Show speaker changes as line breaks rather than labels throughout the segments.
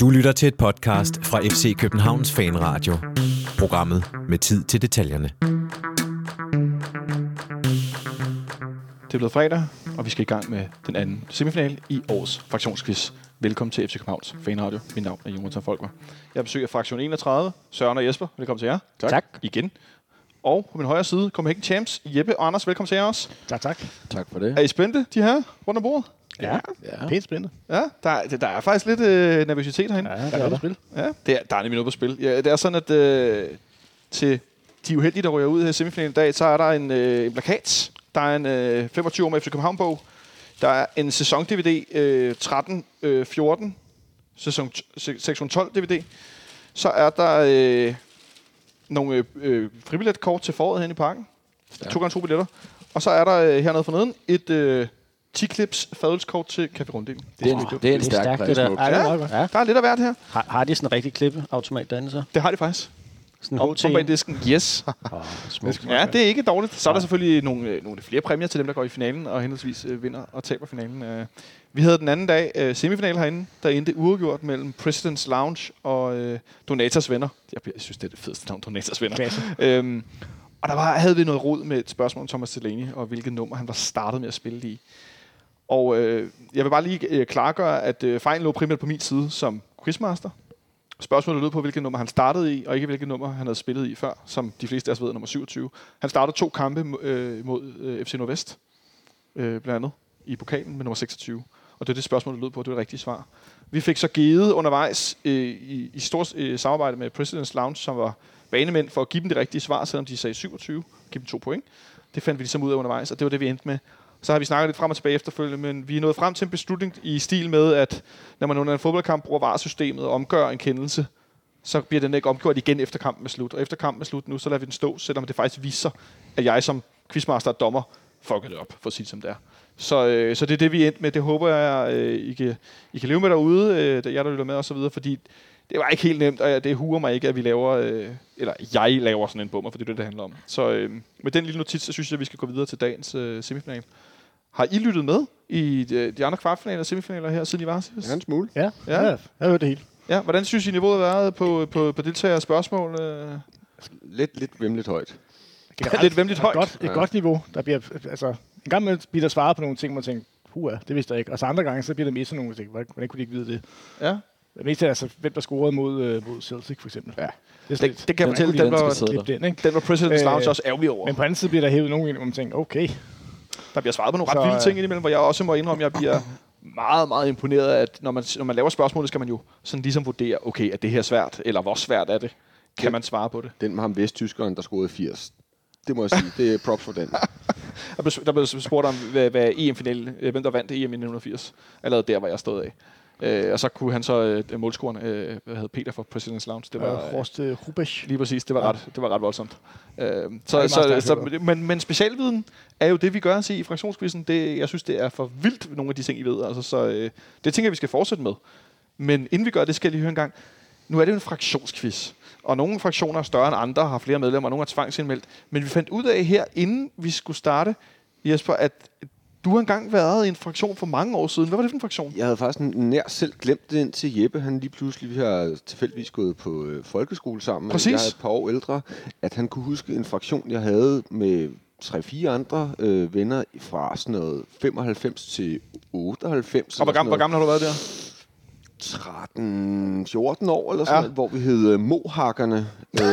Du lytter til et podcast fra FC Københavns Fanradio. Programmet med tid til detaljerne.
Det er blevet fredag, og vi skal i gang med den anden semifinal i årets fraktionsquiz. Velkommen til FC Københavns Fanradio. Mit navn er Jonathan Folker. Jeg besøger fraktion 31, Søren og Jesper. Velkommen til jer.
Tak. Tak.
Igen. Og på min højre side, Copenhagen Champs, Jeppe og Anders. Velkommen til jer også.
Tak, tak.
Tak for det.
Er I spændte, de her, rundt om bordet?
Ja,
Ja.
pænt spændende.
Ja, der, er- der er faktisk lidt øh, nervøsitet herinde.
Ja, der er noget spil.
Ja, det er, der er nemlig noget på spil. Ja, det er sådan, at øh, til de uheldige, der ryger ud her i semifinalen i dag, så er der en, øh, en plakat. Der er en øh, 25 år med FC København-bog. Der er en sæson-DVD øh, 13-14, sæson, t- se- sektion 12-DVD. Så er der øh, nogle øh, øh, fribilletkort til foråret hen i parken. Ja. To gange to billetter. Og så er der øh, hernede forneden et øh, 10-klips fadølskort til Café Runddelen.
Det er en, det er en stærk, stærk
det der. Ej, det er meget godt. Ja.
Der er lidt af hvert her.
Har, har de sådan en rigtig klippeautomat derinde så?
Det har de faktisk.
Sådan en
Om,
HT?
om bag disken. Yes.
Åh, smukt.
Ja, det er ikke dårligt. Så er der selvfølgelig nogle, øh, nogle flere præmier til dem, der går i finalen, og henholdsvis øh, vinder og taber finalen. Øh. Vi havde den anden dag øh, semifinal herinde, der endte uafgjort mellem President's Lounge og øh, Donators Venner. Jeg bliver- jeg synes, det er det fedeste navn, Donators Venner.
Klasse.
Øhm, og der var, havde vi noget rod med et spørgsmål om Thomas Delaney, og hvilket nummer han var startet med at spille i. Og øh, jeg vil bare lige øh, klargøre, at øh, fejlen lå primært på min side som quizmaster. Spørgsmålet lød på, hvilket nummer han startede i, og ikke hvilket nummer han havde spillet i før, som de fleste af os ved, er nummer 27. Han startede to kampe øh, mod øh, FC Nordvest, øh, blandt andet i pokalen med nummer 26. Og det er det spørgsmål, der lød på, det er det rigtige svar. Vi fik så givet undervejs øh, i, i stort øh, samarbejde med President's Lounge, som var banemænd for at give dem det rigtige svar, selvom de sagde 27, give dem to point. Det fandt vi ligesom ud af undervejs, og det var det, vi endte med. Så har vi snakket lidt frem og tilbage efterfølgende, men vi er nået frem til en beslutning i stil med, at når man under en fodboldkamp bruger varesystemet og omgør en kendelse, så bliver den ikke omgjort igen efter kampen er slut. Og efter kampen er slut nu, så lader vi den stå, selvom det faktisk viser, at jeg som quizmaster og dommer fuckede det op, for at sige det som det er. Så, øh, så det er det, vi endte med. Det håber jeg, øh, I, kan, I kan leve med derude, øh, der- jer der lytter med og så videre, fordi det var ikke helt nemt, og det huer mig ikke, at vi laver, øh, eller jeg laver sådan en bummer, for det er det, det handler om. Så øh, med den lille notits, så synes jeg, at vi skal gå videre til dagens øh, semifinal. Har I lyttet med i de, de andre kvartfinaler og semifinaler her, siden I var sidst?
En smule.
Ja,
Ja.
ja. ja. jeg hørte det hele.
Ja, hvordan synes I, niveauet har været på, på, på deltagere og spørgsmål? Øh?
Lidt, lidt vimligt højt.
Generelt lidt vemmeligt
et
højt.
Godt, et
Ja.
godt niveau. Der bliver, altså, en gang imellem bliver der svaret på nogle ting, hvor man tænker, huha, det vidste jeg ikke. Og så andre gange, så bliver der misset nogle ting. Hvordan, hvordan kunne de ikke vide det?
Ja.
Mest er altså, hvem der scorede mod, øh, mod Celtic, for eksempel.
Ja.
Det er
Det,
sådan lidt,
det kan jeg
Den
fortælle,
kunne de
den var,
interessere.
glip den, ikke?
den var President's
Øh,
Lounge også ærgerlig over.
Men på anden side bliver der hævet nogen ind, hvor man tænker, okay,
Der bliver svaret på nogle ret
Så,
vilde
øh,
ting indimellem, hvor jeg også må indrømme, at jeg bliver meget, meget imponeret af, at når man, når man laver spørgsmålet, skal man jo sådan ligesom vurdere, okay, er det her svært, eller hvor svært er det? Kan
Ja.
man svare på det?
Den med ham vesttyskeren, der scorede 80. Det må jeg sige. Det er props for den.
Der blev, der blev spurgt om, hvad, hvad EM-finale, øh, hvem der vandt EM i 1980. Allerede der var jeg stået af. Øh, og så kunne han så øh, målscoren, øh, hvad hedder Peter for President's Lounge. Det
det
var,
var Horst øh, Rubesch.
Lige præcis, det var ret, det var ret voldsomt. Øh, så,
meget
så,
stærkt
så,
hørt.
men, men specialviden er jo det, vi gør os i i fraktionskvisten. Det, jeg synes, det er for vildt, nogle af de ting, I ved. Altså, så øh, det tænker jeg, vi skal fortsætte med. Men inden vi gør det, skal jeg lige høre en gang. Nu er det jo en fraktionsquiz, og nogle fraktioner er større end andre, har flere medlemmer, og nogle er tvangsindmeldt. Men vi fandt ud af her, inden vi skulle starte, Jesper, at du har engang været i en fraktion for mange år siden. Hvad var det for en fraktion?
Jeg havde faktisk nær selv glemt det, indtil Jeppe, han lige pludselig, vi har tilfældigvis gået på øh, folkeskole sammen.
Præcis.
Jeg er et par år ældre, at han kunne huske en fraktion, jeg havde med tre-fire andre øh, venner fra sådan noget 95 til 98.
Og hvor
eller sådan
gammel, hvor
noget.
gammel har du været der?
13-14 år eller sådan
Ja.
ja. noget, hvor vi hed øh, Mohakkerne. øhm,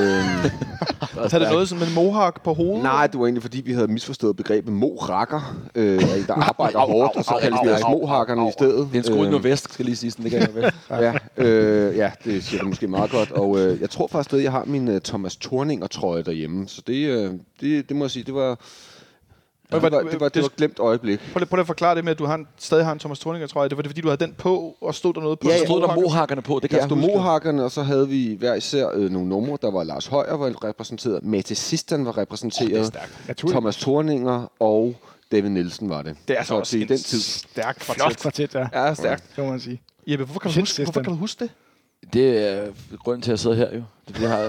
Har det noget sådan med en mohawk på hovedet?
Nej, det var egentlig fordi, vi havde misforstået begrebet morakker, øh, der arbejder
Au, au,
hårdt, og
au,
så kaldte
au,
vi os
au,
mohakkerne
au,
i stedet.
Det er en skole i
Øhm,
Nordvest, skal jeg lige sige, sådan det kan jeg være.
Ja, øh, ja, det siger du måske meget godt. Og øh, jeg tror faktisk, at jeg har min øh, Thomas Thorninger-trøje derhjemme, så det, øh, det, det må jeg sige, det var...
Hvad
Det var, det var, det var
det-
et glemt øjeblik.
Prøv lige, prøv lige at forklare det med, at du har en, stadig har en Thomas Thorninger, tror jeg. Det var det, fordi du havde den på, og stod der noget på?
Ja,
Så
ja.
stod der mohakkerne på, det kan
Der
jeg
stod
huske.
mohakkerne, og så havde vi hver især øh, nogle numre. Der var Lars Højer var repræsenteret, Mette Sistan var repræsenteret, oh,
Naturligt.
Thomas Thorninger og David Nielsen var det.
Det er altså
Så
også
det
en
er den tid.
stærk
Flot
kvartet.
kvartet, ja.
Ja, stærkt.
Det må man sige.
Jeppe, hvorfor kan, du
Shit,
huske, hvorfor
Stefan.
kan du huske det?
Det er øh, grunden til, at jeg sidder her jo. Det, det har,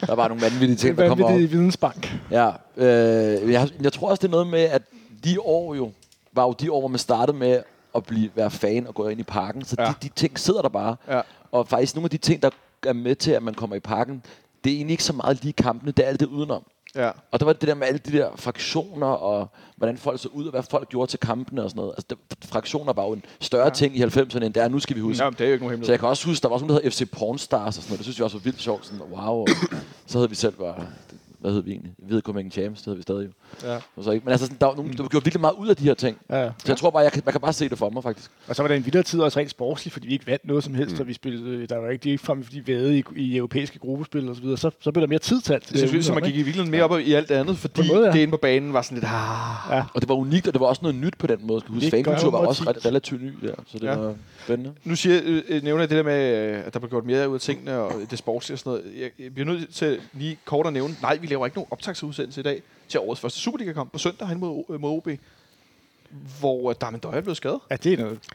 der er bare nogle vanvittige ting, der
Hvad
kommer op.
med det vidensbank?
Ja, øh, jeg, jeg tror også, det er noget med, at de år jo, var jo de år, hvor man startede med at blive, være fan og gå ind i parken. Så ja.
Ja.
de, de ting sidder der bare.
Ja.
Og faktisk nogle af de ting, der er med til, at man kommer i parken, det er egentlig ikke så meget lige kampene, det er alt det udenom.
Ja.
Og der var det der med alle de der fraktioner, og hvordan folk så ud, og hvad folk gjorde til kampene og sådan noget. Altså, det, fraktioner var jo en større ja. ting i 90'erne, end det er nu, skal vi huske.
Nå, men det er jo ikke nogen
Så jeg
hemmelighed.
kan også huske, der var også nogen, der hed FC Pornstars og sådan noget. Det synes jeg også var vildt sjovt. Sådan, wow. Og så havde vi selv bare... Hvad hed vi egentlig? Vi hed Copenhagen Champs, det havde vi stadig jo.
Ja.
Og Så ikke. Men altså, sådan, der var nogen, der gjorde virkelig meget ud af de her ting.
Ja.
Så jeg tror bare, jeg kan, man kan bare se det for mig, faktisk.
Og så var det en vildere tid også rent sportsligt, fordi vi ikke vandt noget som helst, mm. og vi spillede, der var ikke, de er ikke frem, fordi vi vædede i, i europæiske gruppespil og så videre. Så, så blev der mere tid til alt. det
Det
der
synes jeg, så
udenom,
man gik
ikke?
i virkeligheden mere op i alt det andet, fordi
en måde, ja.
det inde på banen var sådan lidt... Ah,
Og det var unikt, og det var også noget nyt på den måde. Jeg Skal huske,
Det gør
fankultur var
jo
også
meget
ret, relativt ny der, så det
Ja.
ja. var spændende.
Nu siger, øh, øh, nævner jeg det der med, øh, at der blev gjort mere ud af tingene, og det sportslige og sådan noget. Jeg, jeg bliver nødt til lige kort at nævne, nej, vi laver ikke nogen optagsudsendelse i dag til årets første Superliga-kamp på søndag hen mod, øh, mod OB, hvor øh, Darmen Døje er blevet skadet.
Ja, det er noget.
Det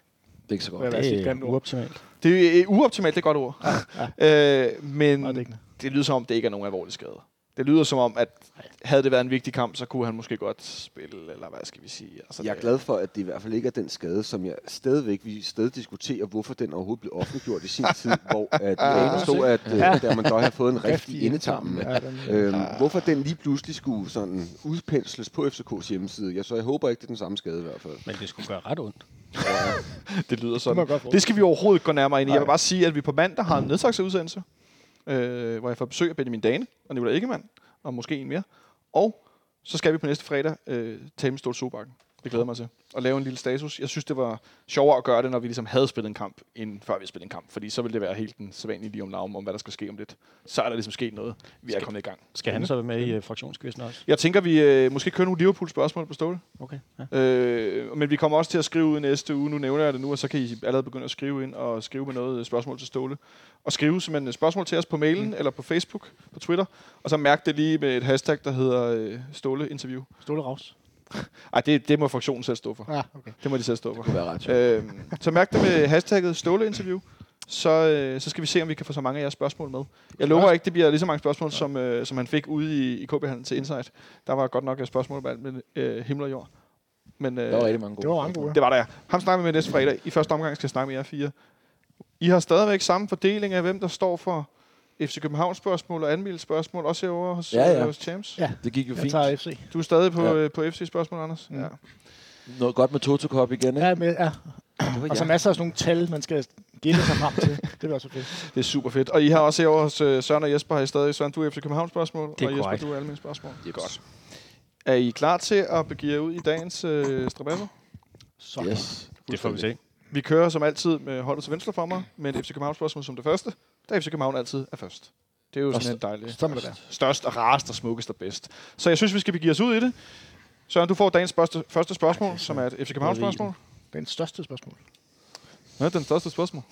er ikke så godt.
Hvad
Ja.
er det?
Det
et
er
grimt ord.
uoptimalt.
Det er øh, uoptimalt, det er et godt ord. Ja. Øh, men
Meget
det,
dækkende.
lyder som om, det ikke er nogen alvorlig skade. Det lyder som om, at havde det været en vigtig kamp, så kunne han måske godt spille, eller hvad skal vi sige. Altså,
Jeg er
det-
glad for, at det i hvert fald ikke er den skade, som jeg stadigvæk, vi stadig diskuterer, hvorfor den overhovedet blev offentliggjort i sin tid, hvor at jeg stod, at øh, der man dog har fået en rigtig indetarmen.
Ja, den,
Øhm, hvorfor den lige pludselig skulle sådan udpensles på FCK's hjemmeside. Jeg, så jeg håber ikke, det er den samme skade i hvert fald.
Men det skulle gøre ret ondt.
Det lyder
Det må
sådan.
jeg godt forestille
Det skal vi overhovedet ikke gå nærmere ind i. Jeg vil bare sige, at vi på mandag har en nedsagsudsendelse, øh, hvor jeg får besøg af Benjamin Dane og Nicolai Ikkemann, og måske en mere. Og så skal vi på næste fredag øh, tale med Stolt Sobakken. Det glæder jeg mig til. Og lave en lille status. Jeg synes, det var sjovere at gøre det, når vi ligesom havde spillet en kamp, end før vi spillede en kamp. Fordi så ville det være helt den sædvanlige lige om navn om, hvad der skal ske om lidt. Så er der ligesom sket noget. Vi er kommet i gang.
Skal han så være med i uh, fraktionskvisten også?
Jeg tænker, vi øh, måske kører nogle Liverpool-spørgsmål på Ståle.
Okay. Ja.
Øh, men vi kommer også til at skrive ud næste uge. Nu nævner jeg det nu, og så kan I allerede begynde at skrive ind og skrive med noget øh, spørgsmål til Ståle. Og skrive simpelthen øh, spørgsmål til os på mailen, mm. eller på Facebook, på Twitter. Og så mærk det lige med et hashtag, der hedder øh, Ståle Interview.
Ståle Raus.
Ej, det, det må fraktionen selv stå for.
Ja, okay.
Det må de selv stå for.
Det kunne være ret sjovt.
Øh, så mærk det med hashtagget ståleinterview. Så, øh, så skal vi se, om vi kan få så mange af jeres spørgsmål med. Jeg lover ikke, det bliver lige så mange spørgsmål, som, øh, som han fik ude i, i KB-handlen til Insight. Der var godt nok øh, spørgsmål om alt med øh, himmel og jord. Men, øh,
Der var rigtig mange
det
gode.
var mange gode.
det var der, ja. Ham snakker vi med næste fredag. I første omgang skal jeg snakke med jer fire. I har stadigvæk samme fordeling af, hvem der står for FC København spørgsmål og anmeldelse spørgsmål, også herovre hos,
Ja,
ja,
ja.
ja. hos Champs.
Ja.
Det gik jo
Jeg
fint.
tager FC.
Du er stadig på,
Ja.
ja. øh, på FC spørgsmål, Anders.
Mm.
Ja.
Noget godt med Toto Cup igen, ikke?
Ja, med, ja. Og så masser af sådan nogle tal, man skal gætte sig frem til. Det bliver også fedt.
Det er super fedt. Og I har også herovre hos øh, Søren og Jesper, har I stadig Søren, du er FC København spørgsmål,
Det er
og Jesper,
korrekt.
du er almindelig spørgsmål.
Det er godt.
Er I klar til at begive jer ud i dagens øh, strabasser?
Så.
Yes.
Det får vi se.
Vi kører som altid med holdet til venstre for mig, med et FC København spørgsmål som det første, da FC København altid er først. Det er jo
Og
sådan en dejlig...
Så må det være.
størst og rarest og smukkest og bedst. Så jeg synes, vi skal begive os ud i det. Søren, du får dagens første, første spørgsmål, som er et FC København-spørgsmål.
Den største spørgsmål.
Ja, den største spørgsmål.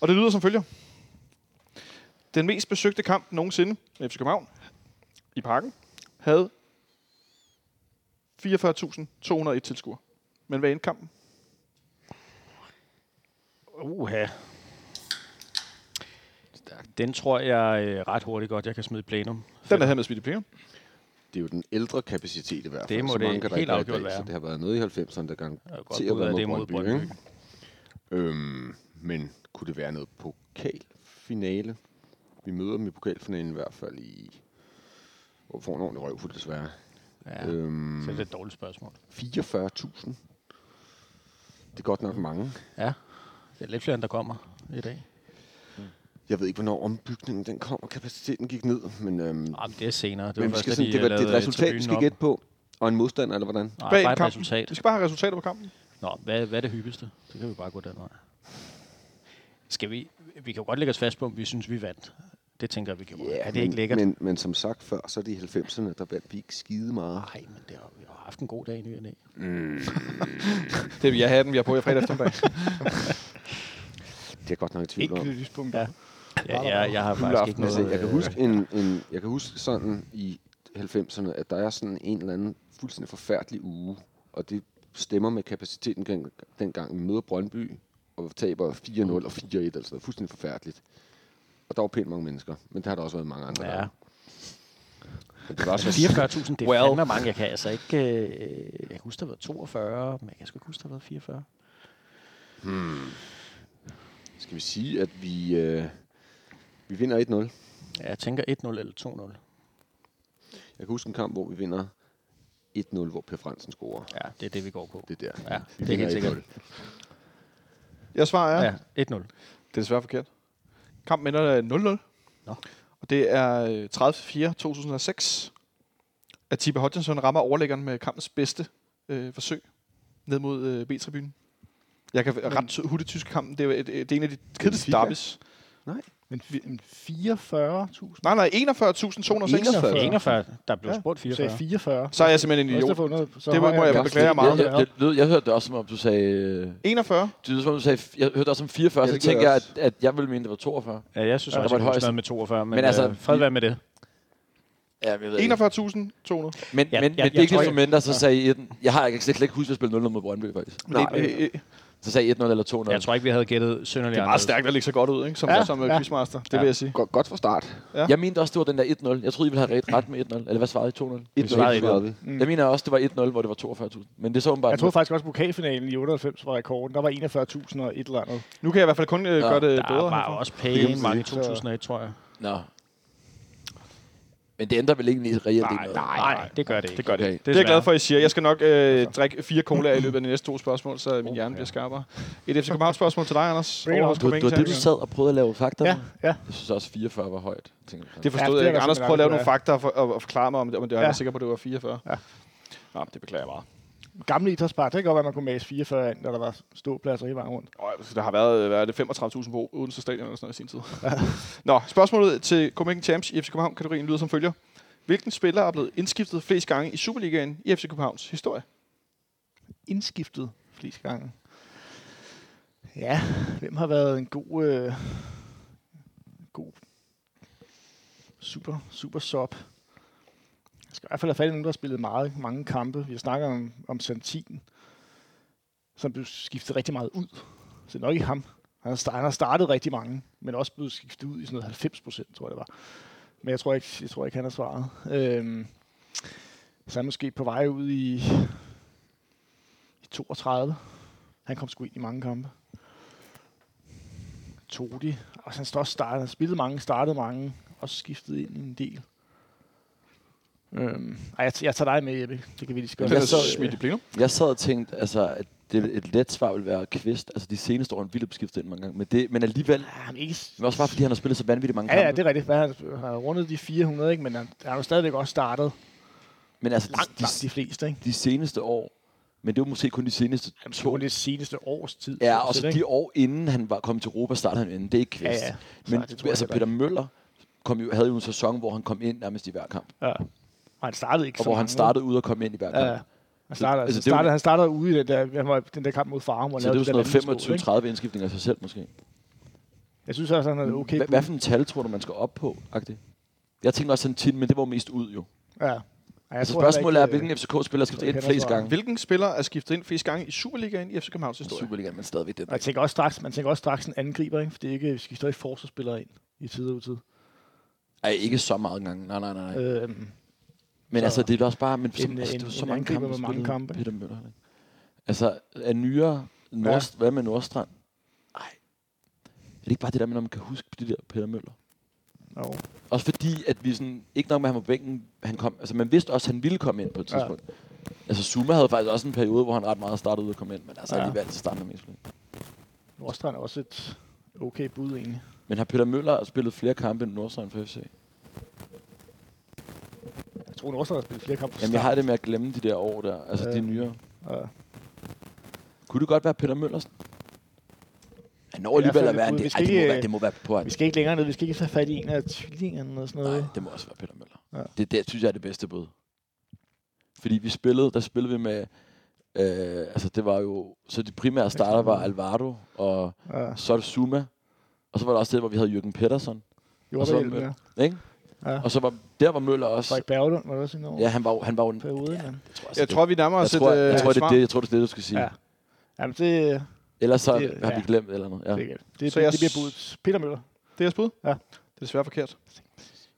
og det lyder som følger. Den mest besøgte kamp nogensinde med FC København i parken havde 44.201 tilskuere. Men hvad endte kampen?
Uha. Den tror jeg øh, ret hurtigt godt, jeg kan smide i plenum.
Den er her med smidt i plenum.
Det er jo den ældre kapacitet i hvert fald.
Det må
Så
det
mange kan der
helt
ikke være i
afgjort
dag,
være.
Så det har været noget i 90'erne, der gang
Jeg kan
til
godt
at
ud af
være
det
mod
mod
Brøndby. ikke?
Brøndby.
Øhm, men kunne det være noget pokalfinale? Vi møder dem i pokalfinalen i hvert fuld i... Hvor får en ordentlig røvfuld, desværre.
Ja,
Øhm,
så det er et dårligt spørgsmål.
44.000. Det er godt nok mange.
Ja, det er lidt flere, end der kommer i dag.
Jeg ved ikke, hvornår ombygningen den kom, og kapaciteten gik ned, men, øhm,
Nej, men det er senere. Det var
men vi
først,
skal
da
sådan,
de øh,
det, var, det er et
lavede
resultat, vi
tribunen
skal
om.
gætte på, og en modstander, eller hvordan?
Nej,
Bag
bare et
kampen.
resultat.
Vi skal bare have resultater på kampen.
Nå, hvad, hvad er det hyppigste? Så kan vi bare gå den vej. Skal vi, vi kan jo godt lægge os fast på, om vi synes, vi vandt. Det tænker jeg, vi kan yeah, Er det
men,
ikke lækkert?
Men, men som sagt før, så er det i 90'erne, der vandt vi ikke skide meget.
Nej, men det har, vi har haft en god dag i ny og næ.
Det vil jeg have den, vi har på i fredag eftermiddag.
Det er jeg godt nok i tvivl
Ikke
om.
et lyspunkt. Ja.
Ja, jeg, jeg har faktisk ikke
Juleaften,
noget...
Altså, jeg kan
øh,
huske, en, en, jeg kan huske sådan i 90'erne, at der er sådan en eller anden fuldstændig forfærdelig uge, og det stemmer med kapaciteten gang, dengang vi møder Brøndby, og taber 4-0 og 4-1, altså fuldstændig forfærdeligt. Og der var pænt mange mennesker, men det har der også været mange andre.
Ja.
gange. Men det var så
44.000, det er
Well.
well. fandme mange. Jeg kan altså ikke... Øh, jeg kan huske, der var 42, men jeg kan sgu ikke huske, der var 44.
Hmm. Skal vi sige, at vi, øh, vi vinder 1-0?
Ja, jeg tænker 1-0 eller 2-0.
Jeg kan huske en kamp, hvor vi vinder 1-0, hvor Per Fransen scorer.
Ja, det er det, vi går på.
Det er der.
Ja,
Vi
det er helt
vinder
sikkert.
1-0.
Jeg svarer er, ja.
Ja, 1-0.
det er desværre forkert. Kampen ender 0-0.
Nå.
Og det er øh, 30.4.2006, at Tibe Hodgson rammer overlæggeren med kampens bedste øh, forsøg ned mod øh, B-tribunen. Jeg kan ret ty- huske tyske kampen. Det er, jo et, et, det er en af de kedeligste
FIFA?
derbys.
Men fi- men 44.000?
Nej, nej, 41.206.
41.
41, der blev
Ja,
spurgt
Du sagde
44.
44.
Så er jeg simpelthen en
Også
idiot.
derfor, noget- så
Det må-
højere-
må jeg
Ja,
Carsten,
beklager
det-
meget.
Det, det, det, lød- jeg hørte det også, som om du sagde... øh,
41.
Det lyder, som om du sagde... Jeg hørte også som 44,
Ja,
så
det gjorde
tænkte jeg,
jeg
at, at jeg ville mene, det var 42.
Ja, jeg synes
Ja, der
også, at
var et
det var
højst.
noget med 42, men,
Men
men
altså,
altså, øh, fred være med det.
Ja, men jeg ved ikke.
41.200.
Men,
Ja,
men,
ja,
men
jeg
ikke
tror,
desto
jeg-
mindre, så sagde I... et- Jeg har jeg kan slet ikke huske, at spille 0 mod Brøndby, faktisk.
Nej, øh, øh,
Så sagde I 1-0 eller 2-0.
Jeg tror ikke, vi havde gættet synderligt
det er meget stærkt at lægge sig godt ud, ikke? Som, ja,
Ja,
som ja.
ja.
quizmaster, det ja.
Ja.
vil jeg sige.
Godt, godt fra start.
Jeg mente også, det var den der 1-0. Jeg troede, I ville have ret, ret med 1-0. Eller hvad svarede I? 2-0?
Vi svarede
1-0, vi.
Mm. Jeg mener også, det var 1-0, hvor det var 42.000. Men det er så åbenbart...
Jeg troede faktisk også, at pokalfinalen i 98 var rekorden. Der var 41.000 og et eller andet.
Nu kan jeg i hvert fald kun øh,
Ja,
gøre det
Der
bedre.
var
herfra.
også
Det kan
pænt
man
mange i
sige, så-
2001, tror jeg.
Nå. Men det ændrer vel egentlig reelt ikke noget?
Nej, det gør det ikke.
Det gør det.
Okay.
Det er jeg glad for, at I siger. Jeg skal nok øh, drikke fire colaer i løbet af de næste to spørgsmål, så min hjerne bliver skarpere. Et FC København-spørgsmål til dig, Anders.
Bring it on.
Overraskende
Du,
på
det var det, du
engelsk.
sad og prøvede at lave fakta.
Ja, ja.
Jeg synes også, 44 var højt. Tænker jeg.
Det
Ja,
forstod
det
jeg
er
ikke.
der
Anders
simpelthen
prøvede at lave nogle
aldrig,
fakta og, for, og, og forklare mig, om det, om det var, jeg
Ja.
var sikker på, at det var 44. Ja. Nå, det beklager jeg meget.
Gamle idrætspark, det kan godt være, man kunne mase 44 ind, når der var ståpladser hele vejen rundt.
Øj, så der har været øh, hvad er det, 35.000 på Odense Stadion eller sådan noget i sin tid. Nå, spørgsmålet til Copenhagen Champs i FC København-kategorien lyder som følger. Hvilken spiller er blevet indskiftet flest gange i Superligaen i FC Københavns historie?
Indskiftet flest gange. Ja, hvem har været en god... Øh, god super, super sop. Jeg skal i hvert fald have fat i nogen, der har spillet meget, mange kampe. Vi snakker om, om Santin, som blev skiftet rigtig meget ud. Så det er nok ikke ham. Han har, start, han har startet rigtig mange, men også blevet skiftet ud i sådan noget 90 procent, tror jeg det var. Men jeg tror ikke, jeg tror ikke han har svaret. Øhm, så er han måske på vej ud i, i 32. Han kom sgu ind i mange kampe. Todi. Og han står også startet. Han spillede mange, startede mange. Også skiftet ind en del. Øhm, ej, jeg, t- jeg tager dig med, Jeppe. Det kan vi lige så øh, godt.
Jeg
Den er
så-
smidt i plenum.
Jeg sad og tænkte, altså, at det, et let svar ville være Kvist. Altså, de seneste år har han vildt skiftet ind mange gange. Men, det, men alligevel...
Ah, men ikke,
Men også bare, fordi han har spillet så vanvittigt mange
Ja, ja,
kampe.
det er rigtigt. Hvad, han har rundet de 400, ikke? men han, han har jo stadigvæk også startet
Men altså,
langt,
de,
langt de fleste. Ikke?
de, de seneste år... Men det var måske kun de seneste
Han
to
tog det seneste års tid.
Ja,
stort
og så
set,
de år inden han var kommet til Europa, startede han inden. Det er ikke kvist.
Ja, ja.
Men
Nej, det tror jeg
altså,
heller ikke.
Peter Møller kom jo, havde jo en sæson, hvor han kom ind nærmest i hver kamp.
ikke? Ja. Og han startede ikke
Og
så
hvor han
mange,
startede ud og kom ind i hver
Ja, ja.
kamp.
Han startede,
altså,
altså,
det er jo-
startede, han startede ude i den der, han var, i den der kamp mod Farum. hvor han
Så det er jo
lavede
sådan
det der vanvittige mål,
noget 25-30 indskiftninger af sig selv måske.
ikke? Jeg synes også, han havde Øh, okay.
Hva- Hvad for en tal tror du, man skal op på? -agtigt? Jeg tænkte også sådan tin, men det var mest ud jo.
bud. Ja. Ej, jeg
Altså,
tror heller
spørgsmålet er,
ikke, øh,
hvilken FCK-spiller skal
jeg
ind
kender
flest
svaret.
gange?
Hvilken spiller er skiftet ind flest gange i Superligaen i FC Københavns historie?
Superligaen, men stadigvæk det.
øh, Og jeg tænker også straks, man tænker også straks en angriber, ikke? for det er ikke, vi skal stadig forsvarsspillere ind i tid og utid.
Ej, ikke så meget gange. Nej, nej, nej. nej.
Øhm,
Men
så-
altså, det er også bare... Men så,
En-
altså,
en-
det var så
en
mange
angriber
kampe,
med mange
spillede
kampe.
Peter Møller. Ikke? Altså, er nyere... Nordst, ja. Hvad med Nordstrand? Nej. Er det ikke bare det der med, når man kan huske de der Peter Møller?
jo.
Også fordi, at vi sådan... Ikke nok med ham på bænken, han kom... Altså, man vidste også, at han ville komme ind på et
Ja.
tidspunkt. Ja. Altså, Zuma havde faktisk også en periode, hvor han ret meget startede ud og kom ind, men altså
Ja.
ja. alligevel så startede han mest. på det.
Nordstrand er også et okay bud egentlig.
Men har Peter Møller spillet flere kampe end Nordstrand for FC?
Jeg tror, Nordstrand har spillet flere kampe. fra
Jamen, jeg
start.
har det med at glemme de der år der, altså
Ja.
de nyere.
Ja.
Kunne det godt være Peter Møllersen? Han når alligevel
fald
at være en
et bud. Vi
del. Ej,
skal
det må
ikke,
være, det må være på
Vi
han.
skal ikke længere ned. Vi skal ikke tage fat i en af tvillingerne og sådan noget.
Nej, det må også være Peter Møller.
Øh. Ja.
Det, det synes jeg er det bedste bud. Fordi vi spillede, der spillede vi med, øh, altså det var jo, så de primære starter var Alvaro og
Ja.
Sol Zuma. Og så var der også det, hvor vi havde Jürgen Pettersson. Og så-
Jordbærhjelm, ja.
Ikke?
Ja.
Og så var, der var Møller også.
Frederik Berglund var der også en over
Ja, han var, jo- han var jo en,
periode. Ja.
jeg tror,
Jeg tror, vi nærmer
jeg
os
tror,
et, øh,
jeg, jeg tror,
et
det er
svar.
det, jeg tror, det er det, du skal sige.
Ja. Jamen, det,
Ellers så
Det-
har vi
ja.
glemt eller noget. Ja.
det, det,
Så
så det,
jeg
det bliver
s-
budet. Peter Møller.
Det er jeres bud?
Ja.
Det er desværre forkert.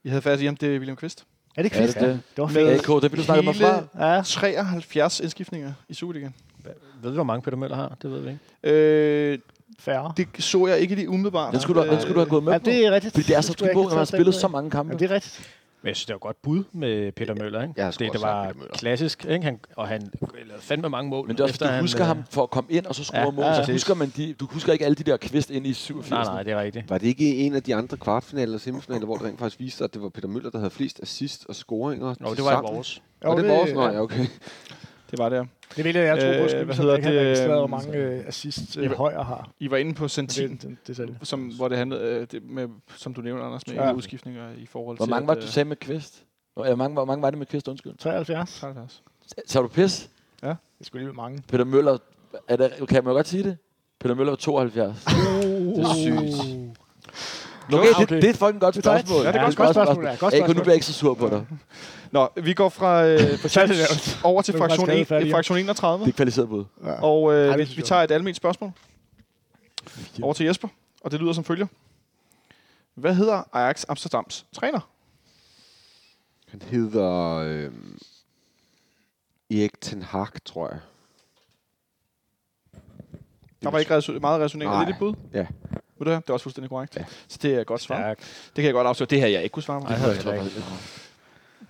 I havde fat i ham, det er William Kvist.
Er det
Ja, det er
kvist?
det.
det var
Med-
fedt.
AK, det vil du snakke mig
Hele-
fra.
Ja.
73 indskiftninger i Superligaen.
Ved vi, hvor mange Peter Møller har? Det ved vi ikke.
Øh,
Færre.
det så jeg ikke lige umiddelbart.
Den skulle, du, den skulle du have gået med
Ja,
på.
det er rigtigt.
Fordi det er så
Det skulle jeg
skidt
ikke
på, når man har
tage
spillet
den
så
med.
mange
Ja,
kampe.
det er rigtigt.
Men jeg synes, det var et godt bud med Peter Møller, ikke?
Jeg har sgu
det, det
også sagt
var
Peter Møller.
klassisk, ikke? Han, og han lavede fandme mange mål.
Men det er også,
efter
fordi, du
han,
husker
øh,
ham for at komme ind, og så score
Ja,
ja, mål.
ja,
så
præcis.
husker man de, du husker ikke alle de der kvist ind i 87.
Nej, nej, det er rigtigt.
Var det ikke en af de andre kvartfinaler og semifinaler, hvor det rent faktisk viste sig, at det var Peter Møller, der havde flest assist og scoringer?
Nå, det var i
tilsammen?
vores.
Var det, vores? Nå, ja, okay.
Øh, Det var det.
Det vil jeg, jeg tro
Øh,
på, skal
hvad
vi så
hedder
ikke
det?
have registreret, hvor mange øh, assist øh,
Jamen,
højre har.
I var inde på
Det, det,
Santin,
det, det, er det.
som, hvor det handlede, øh, det med, som du nævner, Anders, med
Ja.
ja. udskiftninger i forhold
Hvor
til... øh,
mange var det,
øh,
du sagde med kvist? Nå, ja, hvor mange, hvor mange var det med kvist, undskyld?
73. Det
sagde?
Sagde du pis?
er sgu alligevel mange.
Peter Møller, er det, kan man godt sige det? Peter Møller var 72. det er sygt. Okay,
okay.
det, det er fucking godt
Det er godt.
spørgsmål.
Ja, det er godt spørgsmål, ja. Godt
Eko, nu
spørgsmål.
bliver jeg ikke så sur på dig.
Nå, vi går fra øh, fra
Tag det
Champions over til
Nu er vi
fraktion,
faktisk
en,
færdige.
øh, fraktion 31,
Det er kvalificeret bud.
Ja.
og øh,
det
vi,
synes
vi
jeg.
tager et almindeligt spørgsmål over til Jesper, og det lyder som følger. Hvad hedder Ajax Amsterdams træner?
Han hedder øh, Erik Ten Hag, tror jeg.
Der var ikke resu- meget resonerende. Er det dit
Nej.
bud?
Ja.
Ved du hvad? Det er også fuldstændig korrekt.
Ja.
Så det er et godt svar.
Ja,
Det kan jeg godt afsløre. Det her, jeg ikke kunne svare mig.
havde jeg ikke.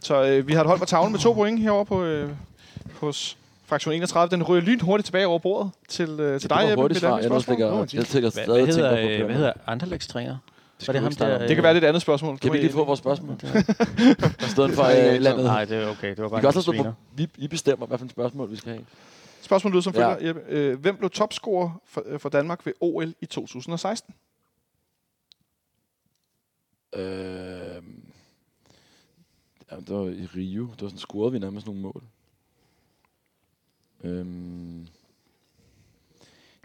Så øh, vi har et hold på tavlen med to point herovre på, øh, hos fraktion 31. Den ryger lyn hurtigt tilbage over bordet til, øh, til
det
dig,
var
Jeppe.
hurtigt
med et
svar.
andet
Jeg
spørgsmål.
tænker,
Nå,
jeg tænker
Hvad,
stadig
hvad
og tænker
hedder,
på
øh,
Peter
hvad hedder Anderlegs træner?
Møller.
Var det ham
Skal vi
der? øh,
ikke
Det kan være det er et andet spørgsmål.
Kan vi
Det må
lige
I-
få vores spørgsmål? I stedet for øh, et eller andet.
Nej, det er okay. Det var
Vi
bare
kan også
en
have stået
sviner.
på, vi, I bestemmer, hvad for et spørgsmål vi skal have.
Spørgsmålet lyder som
Ja.
følger. Jeppe. Øh, hvem blev topscorer for, øh, for Danmark ved OL i 2016?
Øh, jamen, det var i Rio. Det var sådan, scorede vi nærmest nogle mål. Øh,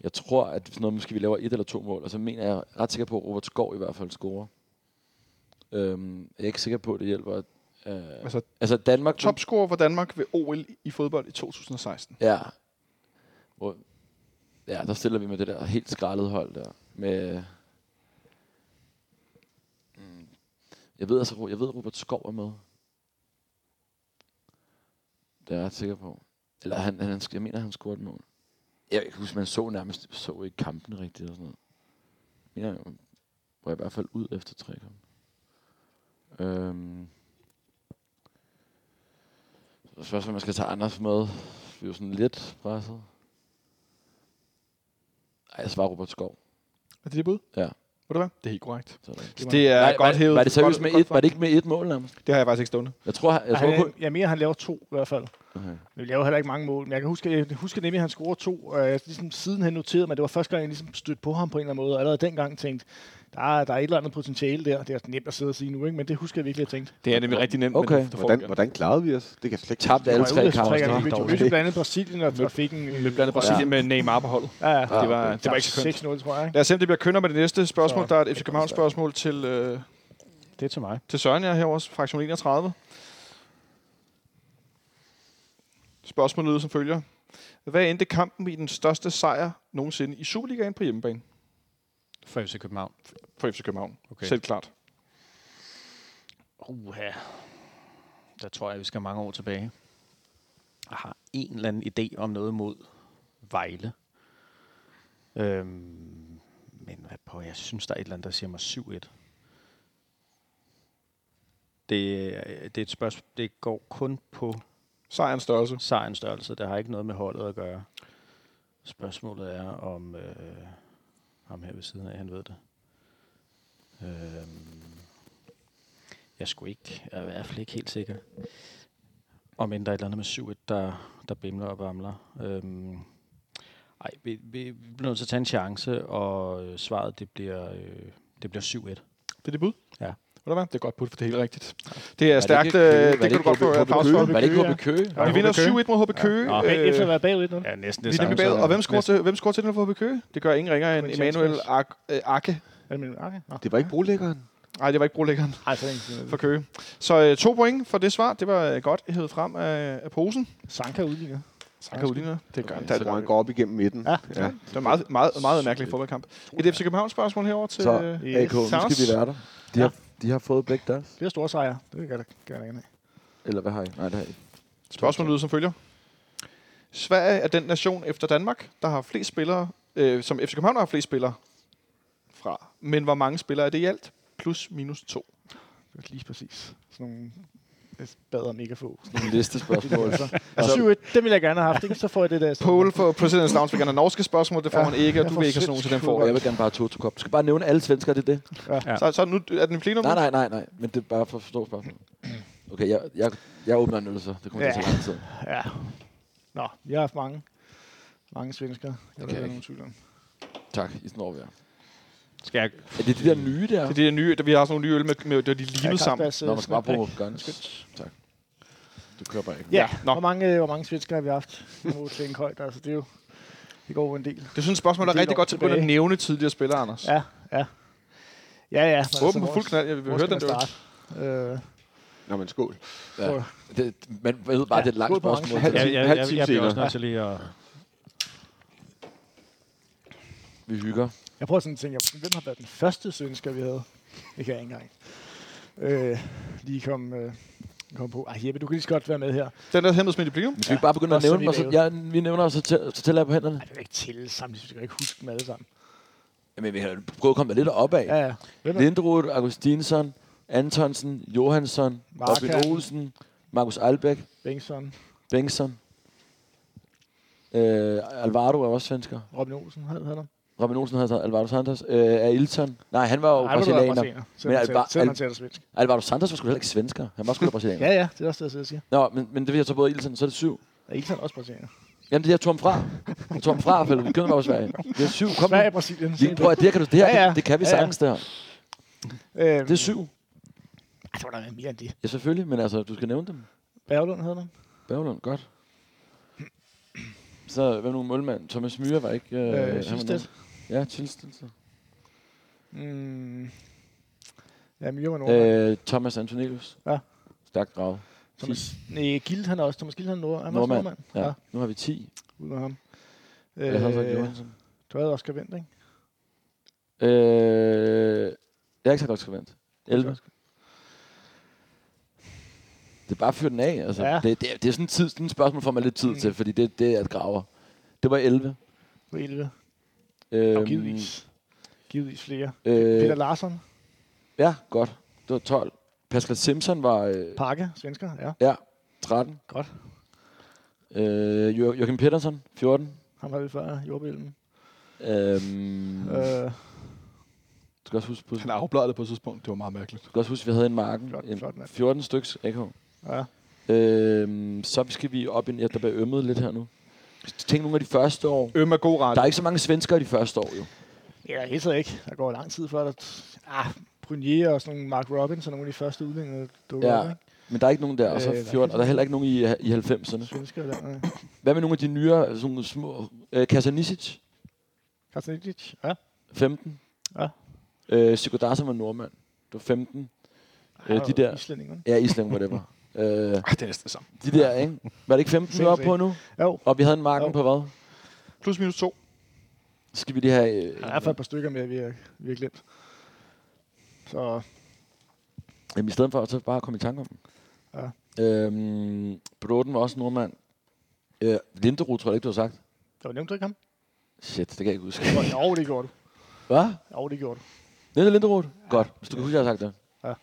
jeg tror, at sådan noget, måske vi laver et eller to mål, og så mener jeg ret sikker på, at Robert Skov i hvert fald scorer. Øhm, jeg er ikke sikker på, at det hjælper. At, øh,
Altså,
altså, altså Danmark...
Topscorer for Danmark ved OL i fodbold i 2016.
Ja. Hvor, ja, der stiller vi med det der helt skraldede hold der. Med, mm, jeg ved altså, Ro- jeg ved, at Robert Skov er med. Det er jeg ret sikker på. Eller han, han, han jeg mener, han scorede et mål. Jeg kan huske, man så nærmest så ikke kampen rigtigt og sådan noget. Mener jeg, var i hvert fald ud efter tre kampe. Øhm. Så er Spørgsmålet, om man skal tage Anders med. Vi er jo sådan lidt presset. Ej, jeg svarer Robert Skov.
Er det det bud?
Ja.
Ved du hvad? Det er helt korrekt.
Sådan.
Det er
Nej,
godt
var,
hævet.
Var det seriøst
Godt-
med
godt
et, var det ikke med et mål nærmest?
Det har jeg faktisk ikke stående.
Jeg tror, han- jeg
Jeg,
tror på...
han, jeg mener, han laver to i hvert fald.
Okay.
Men vi laver heller ikke mange mål. Men jeg kan huske, jeg husker nemlig, at han scorede to, og jeg har ligesom sidenhen noteret mig, at det var første gang, jeg ligesom stødte på ham på en eller anden måde, og allerede dengang tænkte, der er, der er et eller andet potentiale der. Det er nemt at sidde og sige nu, ikke? men det husker jeg virkelig, at jeg tænkte.
Det er nemlig rigtig nemt.
men Okay.
Men
det-
Hvordan, hvordan klarede vi os? Det kan jeg slet ikke
Tabte alle
Vi
tre
var ude efter
kampe.
tre gange.
det
Vi
er
tog
dårligt.
blandt andet Brasilien, og og fik en...
med blandt andet Brasilien med Neymar på holdet.
Ja, ja.
Det var, det var ikke så kønt.
6-0, tror jeg. Ikke?
Lad os se, om det bliver kønner med det næste spørgsmål.
Så-
Der er et FC København spørgsmål til, øh,
Det er til mig.
til Søren her herovre, fraktion 31. Spørgsmålet lyder som følger. Hvad endte kampen i den største sejr nogensinde i Superligaen på hjemmebane
For FC København.
for FC København?
Okay.
Okay. Selv klart.
Uha. Der tror jeg, vi skal mange år tilbage. Jeg har en eller anden idé om noget mod Vejle. Øhm, men hvad på, jeg synes, der er et eller andet, der siger mig 7-1. Det, er- det er et spørgsmål, det går kun på
Sejrens størrelse.
sejrens størrelse. Det har ikke noget med holdet at gøre. Spørgsmålet er, om øh, ham her ved siden af, han ved det. Øh, jeg skulle ikke, jeg er i hvert fald ikke helt sikker. Om end der er et eller andet med 7 der, der bimler og bamler. Øh, ej, vi, vi, vi bliver nødt til at tage en chance, og øh, svaret det bliver, øh, det bliver 7-1.
Det er dit bud?
Ja.
Ved du hvad? Det er godt bud, for det er helt rigtigt. Det er
det
stærkt.
ikke
øh,
Køge? Var
Det, det kan
det
du
ikke
godt få øh,
HB?
applaus for.
Var det ikke
Køge,
Håbe Køge?
Ja,
Vi vinder 7-1 mod HB Køge.
Ja.
Øh,
Bag, efter at være bagud 1-0.
Ja, næsten
Vi er nemlig bagud. Og hvem scorer til, hvem scorer til den for HB Køge? Det gør ingen ringer end
Quincy
Emanuel
Sanchez.
Ak- øh, Akke.
Er det min- Okay. Nå.
Det var ikke brolæggeren.
Nej, det var ikke brolæggeren
Ej, så er det
for
ikke.
Køge. Så øh, to point for det svar. Det var øh, godt hævet frem af, af posen.
Sanka udligner.
Tak, Karolina. Det gør
Så hvor han går op igennem midten.
Ja.
ja.
Det var en meget, meget, meget mærkelig fodboldkamp. Et FC København spørgsmål herover til...
Så,
øh,
Yes.
AK, nu skal vi være der. De,
Ja.
har, de har fået begge deres.
Det er store sejre. Det gør der, gør der ikke af.
Eller hvad har I? Nej, det har I.
Spørgsmålet lyder som følger. Sverige er den nation efter Danmark, der har flest spillere, øh, som FC København har flest spillere fra. Men hvor mange spillere er det i alt? Plus minus to.
Det er lige præcis. Sådan nogle jeg bader mega få.
En liste spørgsmål.
Altså, 7-1, det ville jeg gerne have haft, ikke? Så får jeg det der. sådan-
Poll for President's Lounge vil gerne have norske spørgsmål, det får
Ja,
ja, man ikke, og
jeg
du
får
vil ikke have sådan nogen, så den får
Jeg
du.
vil gerne bare have Toto Cup. Du skal bare nævne alle svenskere, det er det.
Så, så nu er den i plenum?
Nej, nej, nej, nej. Men det er bare for at forstå spørgsmålet. Okay, jeg, jeg, jeg åbner en øl, så. Det kommer ja. til at tage lang tid.
Ja. Nå, vi har haft mange. Mange svenskere.
Det
kan jeg
nogen tvivl om.
Tak, I snor vi er.
Skal jeg...
Er det de der nye der?
Det er de nye, vi har sådan nogle nye øl, med, med, der de
Ja,
lignede sammen.
Carlsbergs, øh,
Nå, man skal bare bruge
Snapback.
guns. Tak. Du kører bare ikke.
Ja,
Nå.
hvor mange, øh, hvor mange svenskere har vi haft? Nu til en højt, altså det er jo, det går jo en del.
Det synes spørgsmålet
Det
er
er
rigtig
et
godt
år
til at begynde at
tilbage.
nævne tidligere spillere, Anders.
Ja, ja. Ja, ja. men
Åben på
hvor-
fuld knald, jeg vil
hvor
høre
skal
den der.
man starte? Øh,
Nå, men skål.
Ja. Det, man ved bare,
Ja,
det er et langt
god balance.
spørgsmål.
Jeg, jeg, jeg,
halv
jeg,
time
jeg bliver også
senere.
nødt til lige at...
Vi hygger.
jeg prøver sådan at tænke, hvem har været den første svensker, vi havde? Det kan jeg ikke engang. Øh, lige komme øh, kom på. Ej, Jeppe, du kan lige så godt være med her. Ej,
Den der hemmede smidt i plenum.
Men skal vi ikke bare begynde at
Nå, så
nævne
vi
dem, og så, ja,
lavet.
vi nævner, og så, tæ- så tæller jeg på hænderne?
jeg kan ikke tælle sammen, så vi kan ikke huske dem alle sammen.
Jamen, vi kan prøve at komme lidt op af.
Ja, ja. Hvem er
Linderud, Augustinsson, Antonsen, Johansson,
Mark
Robin
Hansen.
Olsen, Markus Albæk,
Bengtsson,
Bengtsson. Øh, Alvaro er også svensker.
Robin Olsen, havde han ham?
Robin Olsen havde Alvaro Santos. Øh, Ailton. Nej, han var jo
Ej, hvor du er
brasilianer.
brasilianer.
Men
Selvom
altså,
han taler-
Alba-
Selvom han
Al-
taler svensk.
Alvaro Santos var sgu da heller ikke svensker. Han var sgu da brasilianer.
Ja, ja, det er også det, jeg siger.
Nå, men, men det vil jeg så både Ailton, så er det syv.
Er Ilsen også brasilianer?
Jamen, det er jeg tog ham fra. Jeg tog ham fra, for vi begyndte bare på Sverige. Det er syv. Kom nu.
Sverige, Brasilien.
Vi prøver, det her kan du, det her,
Ja,
ja,
ja.
ja. Det, kan vi
Ja, ja.
sagtens, det her.
Øhm,
Det er syv.
Ej, det var da mere end det.
Ja, selvfølgelig, men altså, du skal nævne dem.
Berglund havde den.
Berglund, godt. Så, hvem nu målmand? Thomas Myhre var ikke... han var
Øh, Silsted.
med. Ja, Tilsted. så.
Mm. Ja, Mjørn var nordmand. Øh,
Øh, Thomas Antonius.
Ja.
Stærk grav.
Thomas, nej, Gild han er også. Thomas Gild han er nord, han er også
Nordmand.
nordmand.
Ja.
Ja.
ja. Nu har vi 10.
Ud med ham.
Øh, jeg har sagt
Øh,
Johansson.
du havde Oscar Wendt, ikke?
Øh, jeg har ikke sagt Oscar Vendt. 11. Det er bare at fyre den af. Altså.
Ja.
Ja. Det, det, er- det, er sådan, en tid, sådan et spørgsmål, får man lidt tid
Mm.
til, fordi det, det er at grave. Det var 11.
På 11. Og
Øhm,
givetvis. Givetvis flere. Peter
øh,
Larsson,
ja, godt. Det var 12. Pascal Simpson var øh,
Parke, svensker. Ja,
13.
Godt.
Øh, jo- Joachim Petersen, 14.
ham havde vi før. Jordbælden.
Øhm,
Mm.
øh.
Øh,
Du skal også huske, på, du
Han er afbladet på et tidspunkt. Det var meget mærkeligt.
skal også huske, vi havde en marken.
Flot-
en
flot mand.
14 styks, ikke?
ja.
Øhm, så skal vi op i... Ja, der bliver ømmet lidt her nu. Tænk nogle af de første år.
Øm Øhm er god ret.
Der er ikke så mange svenskere de første år, jo.
Ja, helt så ikke. Der går lang tid før, at ah, Brunier og sådan nogle Mark Robbins og nogle af de første udlændinge, der dukker
Ja.
op, ikke?
Men der er ikke nogen der, og
Øh, der
så
er
14, og der er heller ikke nogen i, i 90'erne.
Svensker der. ja.
Hvad med nogle af de nyere, sådan nogle små... Øh, Kasanisic,
Krasnidic, ja.
15.
Ja.
Øh, Sigurdarsson var nordmand. Du var 15. Øh,
Han var
de der-
Islændingerne.
Ja, Island, whatever. øh,
Ah, det er næsten det samme.
de der, ikke? Var det ikke 15, vi var oppe på nu?
Jo,
Og vi havde en marken
Jo.
på hvad?
Plus minus to.
Så Skal vi lige have... Øh,
Der er i hvert fald et par stykker mere, vi har, vi har glemt. Så
Jamen, i stedet for at så bare komme i tanke om dem.
Ja.
Øhm, Broden var også nordmand. Øh, Linderud, tror jeg ikke, du har sagt.
der var nemt ikke ham.
Shit, det kan jeg ikke huske.
Nå, Jo, det gjorde du.
Hvad?
Jo, det gjorde du.
Linda Linderud? Godt, hvis du kan huske, jeg har sagt det.
Ja.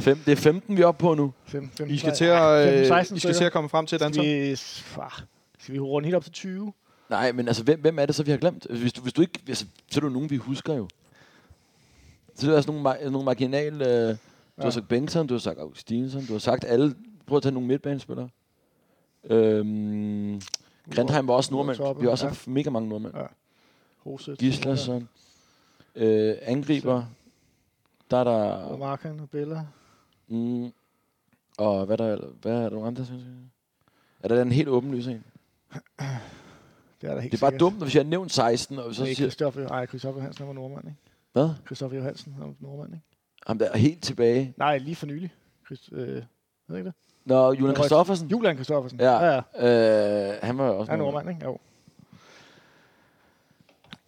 Fem, det er 15, vi er oppe på nu.
Fem, fem,
I skal
tre-
til at,
ah, fem,
øh,
16
I skal til
stykker.
at komme frem til et
skal
antal.
vi, ah, skal vi runde helt op til 20?
Nej, men altså, hvem, hvem er det så, vi har glemt? Hvis du, hvis du ikke... Altså, så er det jo nogen, vi husker jo. Så er det altså nogle, mar- nogle marginale... Øh, du
Ja.
har sagt Bengtsson, du har sagt Augustinsson, du har sagt alle... Prøv at tage nogle midtbanespillere. Øhm, Grandheim var også
Udover
nordmand.
Toppe,
Vi har også
ja.
haft mega mange nordmænd.
Hoset.
Gislason. Øh, angriber. Der er
Og
der...
Markan og Bella.
Mm, og hvad, er der, hvad er der nogle andre, synes jeg? Er der en helt åbenlys en?
Det er der helt
Det er bare
sikkert.
dumt, hvis jeg har nævnt 16, og så
Nej,
siger...
Christoffer, ej, Christoffer Hansen han var nordmand, ikke?
Hvad?
Christoffer Johansen han var nordmand, ikke?
Ham der er helt tilbage.
Nej, lige for nylig. Christ, øh, ved ikke det?
Nå, Julian
Røg-
Kristoffersen.
Julian Christoffersen.
Ja.
ja. ja.
Øh, han var jo også
Han er
nordmand.
nordmand, ikke? Jo.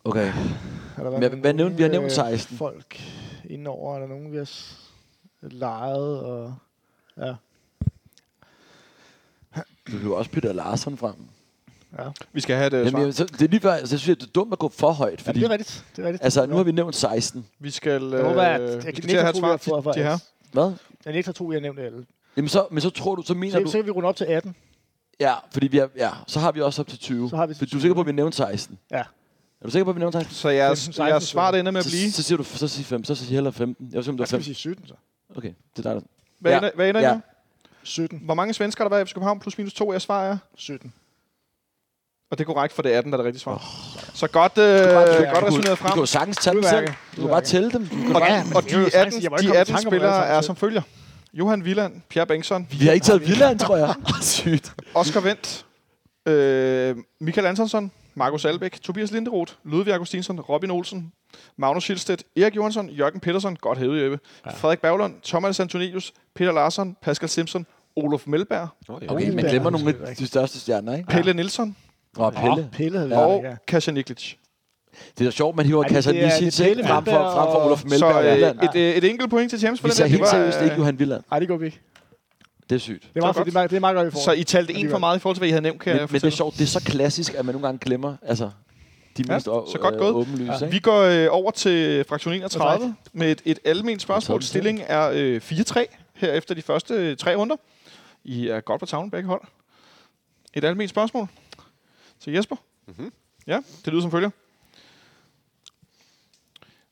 Okay.
Har der
Men
været
hvad- hvad nævnte- vi har nævnt
øh,
16.
Folk indover, er der nogen, vi har s- lejet og... Ja,
Du hører også Peter Larsen frem.
Ja.
Vi skal have et uh,
Jamen,
svar.
jeg, så, det er lige før, så synes jeg, det er dumt at gå for højt,
ja,
fordi
det er rigtigt. Det er rigtigt.
altså, nu har vi nævnt 16.
Vi skal,
jeg
øh,
håber, at
vi
jeg
skal
kan
til at have
nægter
et
tro, jeg
svar
får
til,
for
til her.
Hvad?
Jeg nægter tro, jeg nævnte alle.
Jamen så, men så tror du, så mener
Så,
du...
så kan vi runde op til 18.
Ja, fordi vi er, ja, så har vi også op til 20.
Så har vi til
Fordi du er sikker på, at vi nævnte 16?
Ja.
Er du sikker på, at vi nævnte 16?
Så jeres,
15-16
jeres svar det ender med at
så,
blive...
så, siger du så siger 5, så siger jeg hellere 15. Jeg ved ikke, om
Jeg
det var
skal vi
5.
sige Øh, 17 så.
Okay, det er dig, der...
Hvad
Ja.
ender, hvad ender I
Ja.
med?
17.
Hvor mange svensker har der været i FC København? Plus minus to, jeg svarer jer.
17.
Og det er korrekt, for det er 18, der er det rigtige svar. Så godt, øh,
tjekke.
godt
Du
resoneret
kan
frem.
jo sagtens tage dem selv.
Udmærket.
Du kan bare tælle dem. Du kan
Og,
bare...
Ja, men
og
det er jo
de
sagtens-
18,
jeg var ikke
de
kommet i
18
tanke om det
spillere
alle sammen
er
selv.
som følger. Johan Wieland, Pierre Bengtsson,
Vi har ikke taget Villand, tror jeg. Sygt.
Oscar Vendt, øh, Michael Antonsson, Markus Albæk, Tobias Linderoth, Ludvig Augustinsson, Robin Olsen, Magnus Schildstedt, Erik Johansson, Jørgen Petersen, godt hævet Jeppe, ja. Frederik Berglund, Thomas Antonius, Peter Larsson, Pascal Simpson, Olof Melberg, Oh,
Okay, man glemmer nogle af de største stjerner, ikke?
Pelle Nielsen
Og Pelle.
Pille havde
ja.
været
og
det, ja.
Kasia Niklic.
Det er da sjovt, man hiver
Ej, det er-
Casanisi
det er
til
Pelle
frem for,
Melberg
frem for
og-
Olof
Så
Melberg og
øh,
Villand.
et, øh, et enkelt point til James for
Vi
den der.
tager helt
Det var,
seriøst ikke
øh,
Johan Villand.
Ej, det går vi ikke.
Det er sygt.
Det er meget,
Så
fedt, det er meget, det er meget godt, vi får.
Så I talte
Det
en
er
for
godt.
meget i forhold til, hvad I havde nævnt, kan
Men,
jeg
men det
fortælle.
er sjovt, det er så klassisk, at man nogle gange glemmer altså, de
Ja,
mest ja,
så godt gået.
åbenlyse. Ja.
Vi
Ikke?
går øh, over til fraktion 31
Perfekt.
med et, et almindeligt spørgsmål.
Tom Sten.
Stillingen er øh, 4-3 her efter de første øh, tre runder. I er godt på tavlen begge hold. Et almindeligt spørgsmål til Jesper.
Mhm.
Ja, det lyder som følger.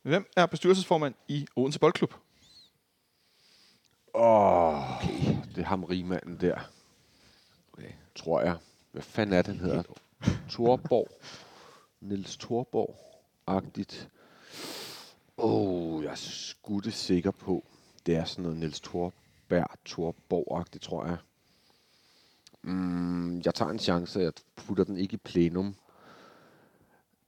Hvem er bestyrelsesformand i Odense Boldklub?
Åh, okay. det er ham rigmanden der. Okay. Tror jeg. Hvad fanden er det, han hedder? Torborg. Nils Torborg. Agtigt. Åh, oh, jeg er skudte sikker på, det er sådan noget Nils Torberg, Torborg-agtigt, tror jeg. Mm, jeg tager en chance, jeg putter den ikke i plenum.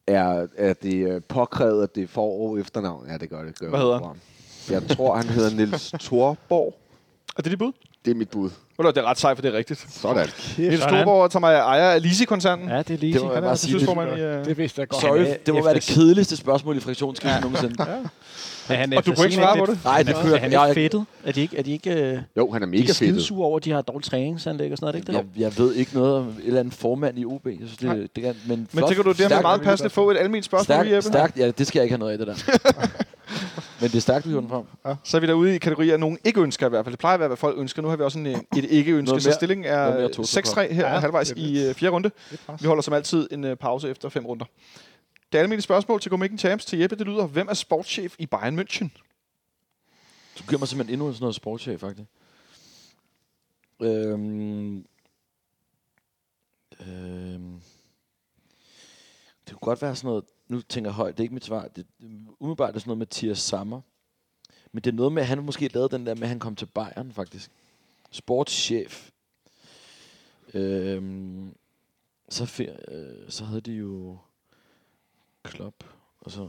Er, er det øh, påkrævet, at det er forår efternavn? Ja, det gør det. Gør
Hvad hedder han?
han? Jeg tror, han hedder Nils Torborg.
Er det dit bud?
Det er mit bud.
Eller det er ret sejt, for det er rigtigt.
Sådan.
Niels Storborg, som er ejer af Lise-koncernen.
Ja, det er lige
Det må jeg
Han er
bare sige. Det,
bestyrelsesformand i... Øh,
Det vidste jeg godt.
sorry,
Han er
det må være det
efter-
kedeligste spørgsmål i fraktionskrigen ja. nogensinde.
Men han
og du kunne ikke svare på det?
Nej, det
Er,
kører
er han
jeg,
ikke fedtet? Er de ikke, er de ikke øh,
Jo, han er
de
mega
er
fedt.
skidesure over, at de har dårlige træningsanlæg og sådan noget? Er det ikke
jeg,
det?
jeg ved ikke noget om et eller andet formand i OB. Jeg synes,
Nej.
det, det kan, men,
Men tænker du, det er
stærkt-
meget passende at få et almindeligt spørgsmål,
stærkt,
Jeppe?
stærkt, ja, det skal jeg ikke have noget af, det der. men det er stærkt, du gjorde den frem.
Så er vi derude i kategorier, at nogen ikke ønsker i hvert fald. Det plejer at være, hvad folk ønsker. Nu har vi også en, øh, et ikke-ønske,
Noget
så
mere-
stillingen
noget
er
mere
øh,
to, så
6-3 her
Ja,
halvvejs
det er
i øh, fjerde runde. Vi holder som altid en øh, pause efter fem runder. Det almindelige spørgsmål til Gomikken Champs til Jeppe, det lyder, hvem er sportschef i Bayern München?
Du giver mig simpelthen endnu sådan noget sportschef, faktisk. Øhm, øhm, det kunne godt være sådan noget, nu tænker jeg højt, det er ikke mit svar, det, umiddelbart er det sådan noget med Thiers Sammer. Men det er noget med, at han måske lavede den der med, at han kom til Bayern, faktisk. Sportschef. Øhm, så, fer, øh, så havde de jo Klopp, og så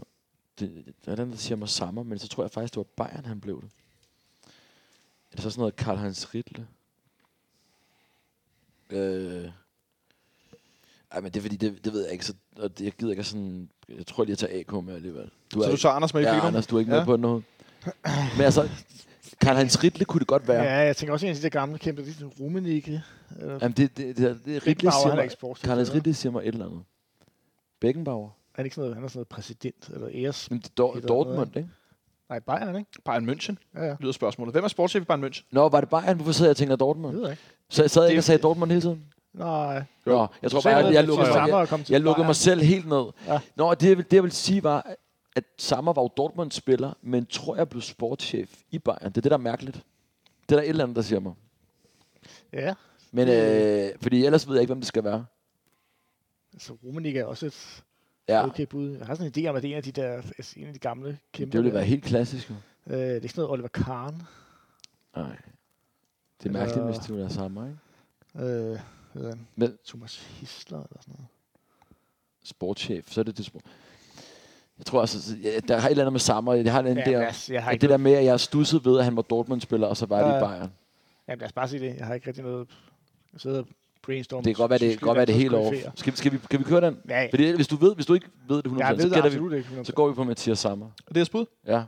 det, der er den, der siger mig Sammer, men så tror jeg faktisk, det var Bayern, han blev det. Er det så sådan noget Karl Heinz Riddle? Øh. Ej, men det er fordi, det, det ved jeg ikke, så, og det, jeg gider ikke at sådan... Jeg tror lige, jeg tager AK med alligevel. Du
Så du tager Anders med i
ja,
plenum?
Anders, du er ikke med
Ja.
ja. på noget. Men altså, Karl Heinz Riddle kunne det godt være. Ja.
Ja, jeg tænker også en af de der gamle kæmpe, det er sådan Rummenigge. eller
Jamen, det, det, det, det Riddle
Beckenbauer,
siger
han er
mig,
ikke sportschef.
Karl Heinz
eller?
Riddle siger mig et eller andet. Beckenbauer.
Han er ikke sådan noget, han er sådan noget præsident eller æres.
Jamen, det er Dor-
noget,
Dortmund, ikke?
Nej, Bayern, ikke?
Bayern München,
Ja, ja.
lyder spørgsmålet. Hvem er sportschef i Bayern München?
Nå, var det Bayern? Hvorfor sad jeg og tænkte
Det
Dortmund?
ved jeg ikke.
Så jeg sad jeg
Det-
ikke og sagde Dortmund hele tiden?
Nej.
Nå, jeg tror
Selv
bare,
havde
jeg, jeg, jeg,
det
lukkede,
til
mig,
Sammer
jeg,
at komme til
jeg lukkede mig
Bayern.
selv helt ned.
Ja.
Ja. Nå, det jeg, vil, det jeg vil sige var, at Sammer var jo Dortmund-spiller, men tror jeg blev sportschef i Bayern. Det er det, der er mærkeligt. Det er der et eller andet, der siger mig.
Ja,
Men øh, fordi ellers ved jeg ikke, hvem det skal være.
altså Rummenigge er også et
Ja, okay,
okay bud. Jeg har sådan en idé om, at det er en af de, der, altså, en af de gamle kæmpe.
det ville være helt klassisk. jo.
Øh, det er ikke sådan noget Oliver Kahn.
Nej. Det er
Eller-
mærkeligt, hvis det ville være Sammer, ikke?
Øh, hvad hedder han?
Men-
Thomas Hisler eller sådan noget.
Sportschef, så er det det sport. Jeg tror altså, jeg, der har et eller andet med Sammer. Jeg har en ja, der,
altså, jeg har
at
ikke
det der med, at jeg stussede ved, at han var Dortmund-spiller, og så var det
Ja.
i Bayern.
Jamen, lad os bare sige det. Jeg har ikke rigtig noget... Jeg sidder og brainstormer.
Det kan godt være, det,
tyske
kan godt være, det er helt over.
landsholdskoryfæer.
Skal, vi- skal, vi, kan vi køre den?
Ja, ja.
Fordi hvis du, ved, hvis du ikke ved det 100%,
jeg ved
så,
det
gætter vi,
absolut ikke.
så går vi på Mathias Sammer.
Er det jeres bud?
Ja,
Det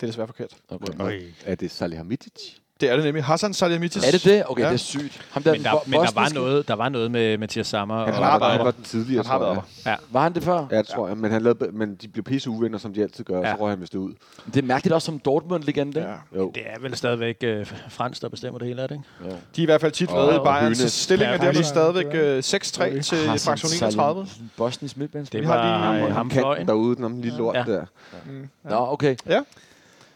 er desværre forkert.
okay.
Er det Salihamidzic?
Det er det nemlig. Hassan Salihamidzic.
Er det det? Okay,
Ja.
ja. det er sygt. Ham der,
Men der,
bo-
men der var,
bosniske-
noget, der var noget med Mathias Sammer.
Han
og-
var,
arbejder.
der, han var den tidligere,
Han har
tror
været
jeg.
Var han det før? Ja.
Ja, det tror jeg. Men, han lavede, men de blev pisse uvenner, som de altid gør, ja.
Ja.
så røg han vist det ud.
Det er mærkeligt også som Dortmund-legende.
Ja.
Ja.
Jo.
Det er vel stadigvæk øh, Frans, der bestemmer det hele, er det ikke?
De er i hvert fald tit
Og-
med i
og
Bayern,
Hønes.
så stillingen er
Ja,
dermed
Hønes.
stadigvæk øh, 6-3 til fraktion 31.
Bosniens midtbands.
Det
Vi
var
har lige ham-
ham, ham fløjen.
Kanten derude, den om lille lort
Ja.
ja. der.
Nå, okay.
Ja.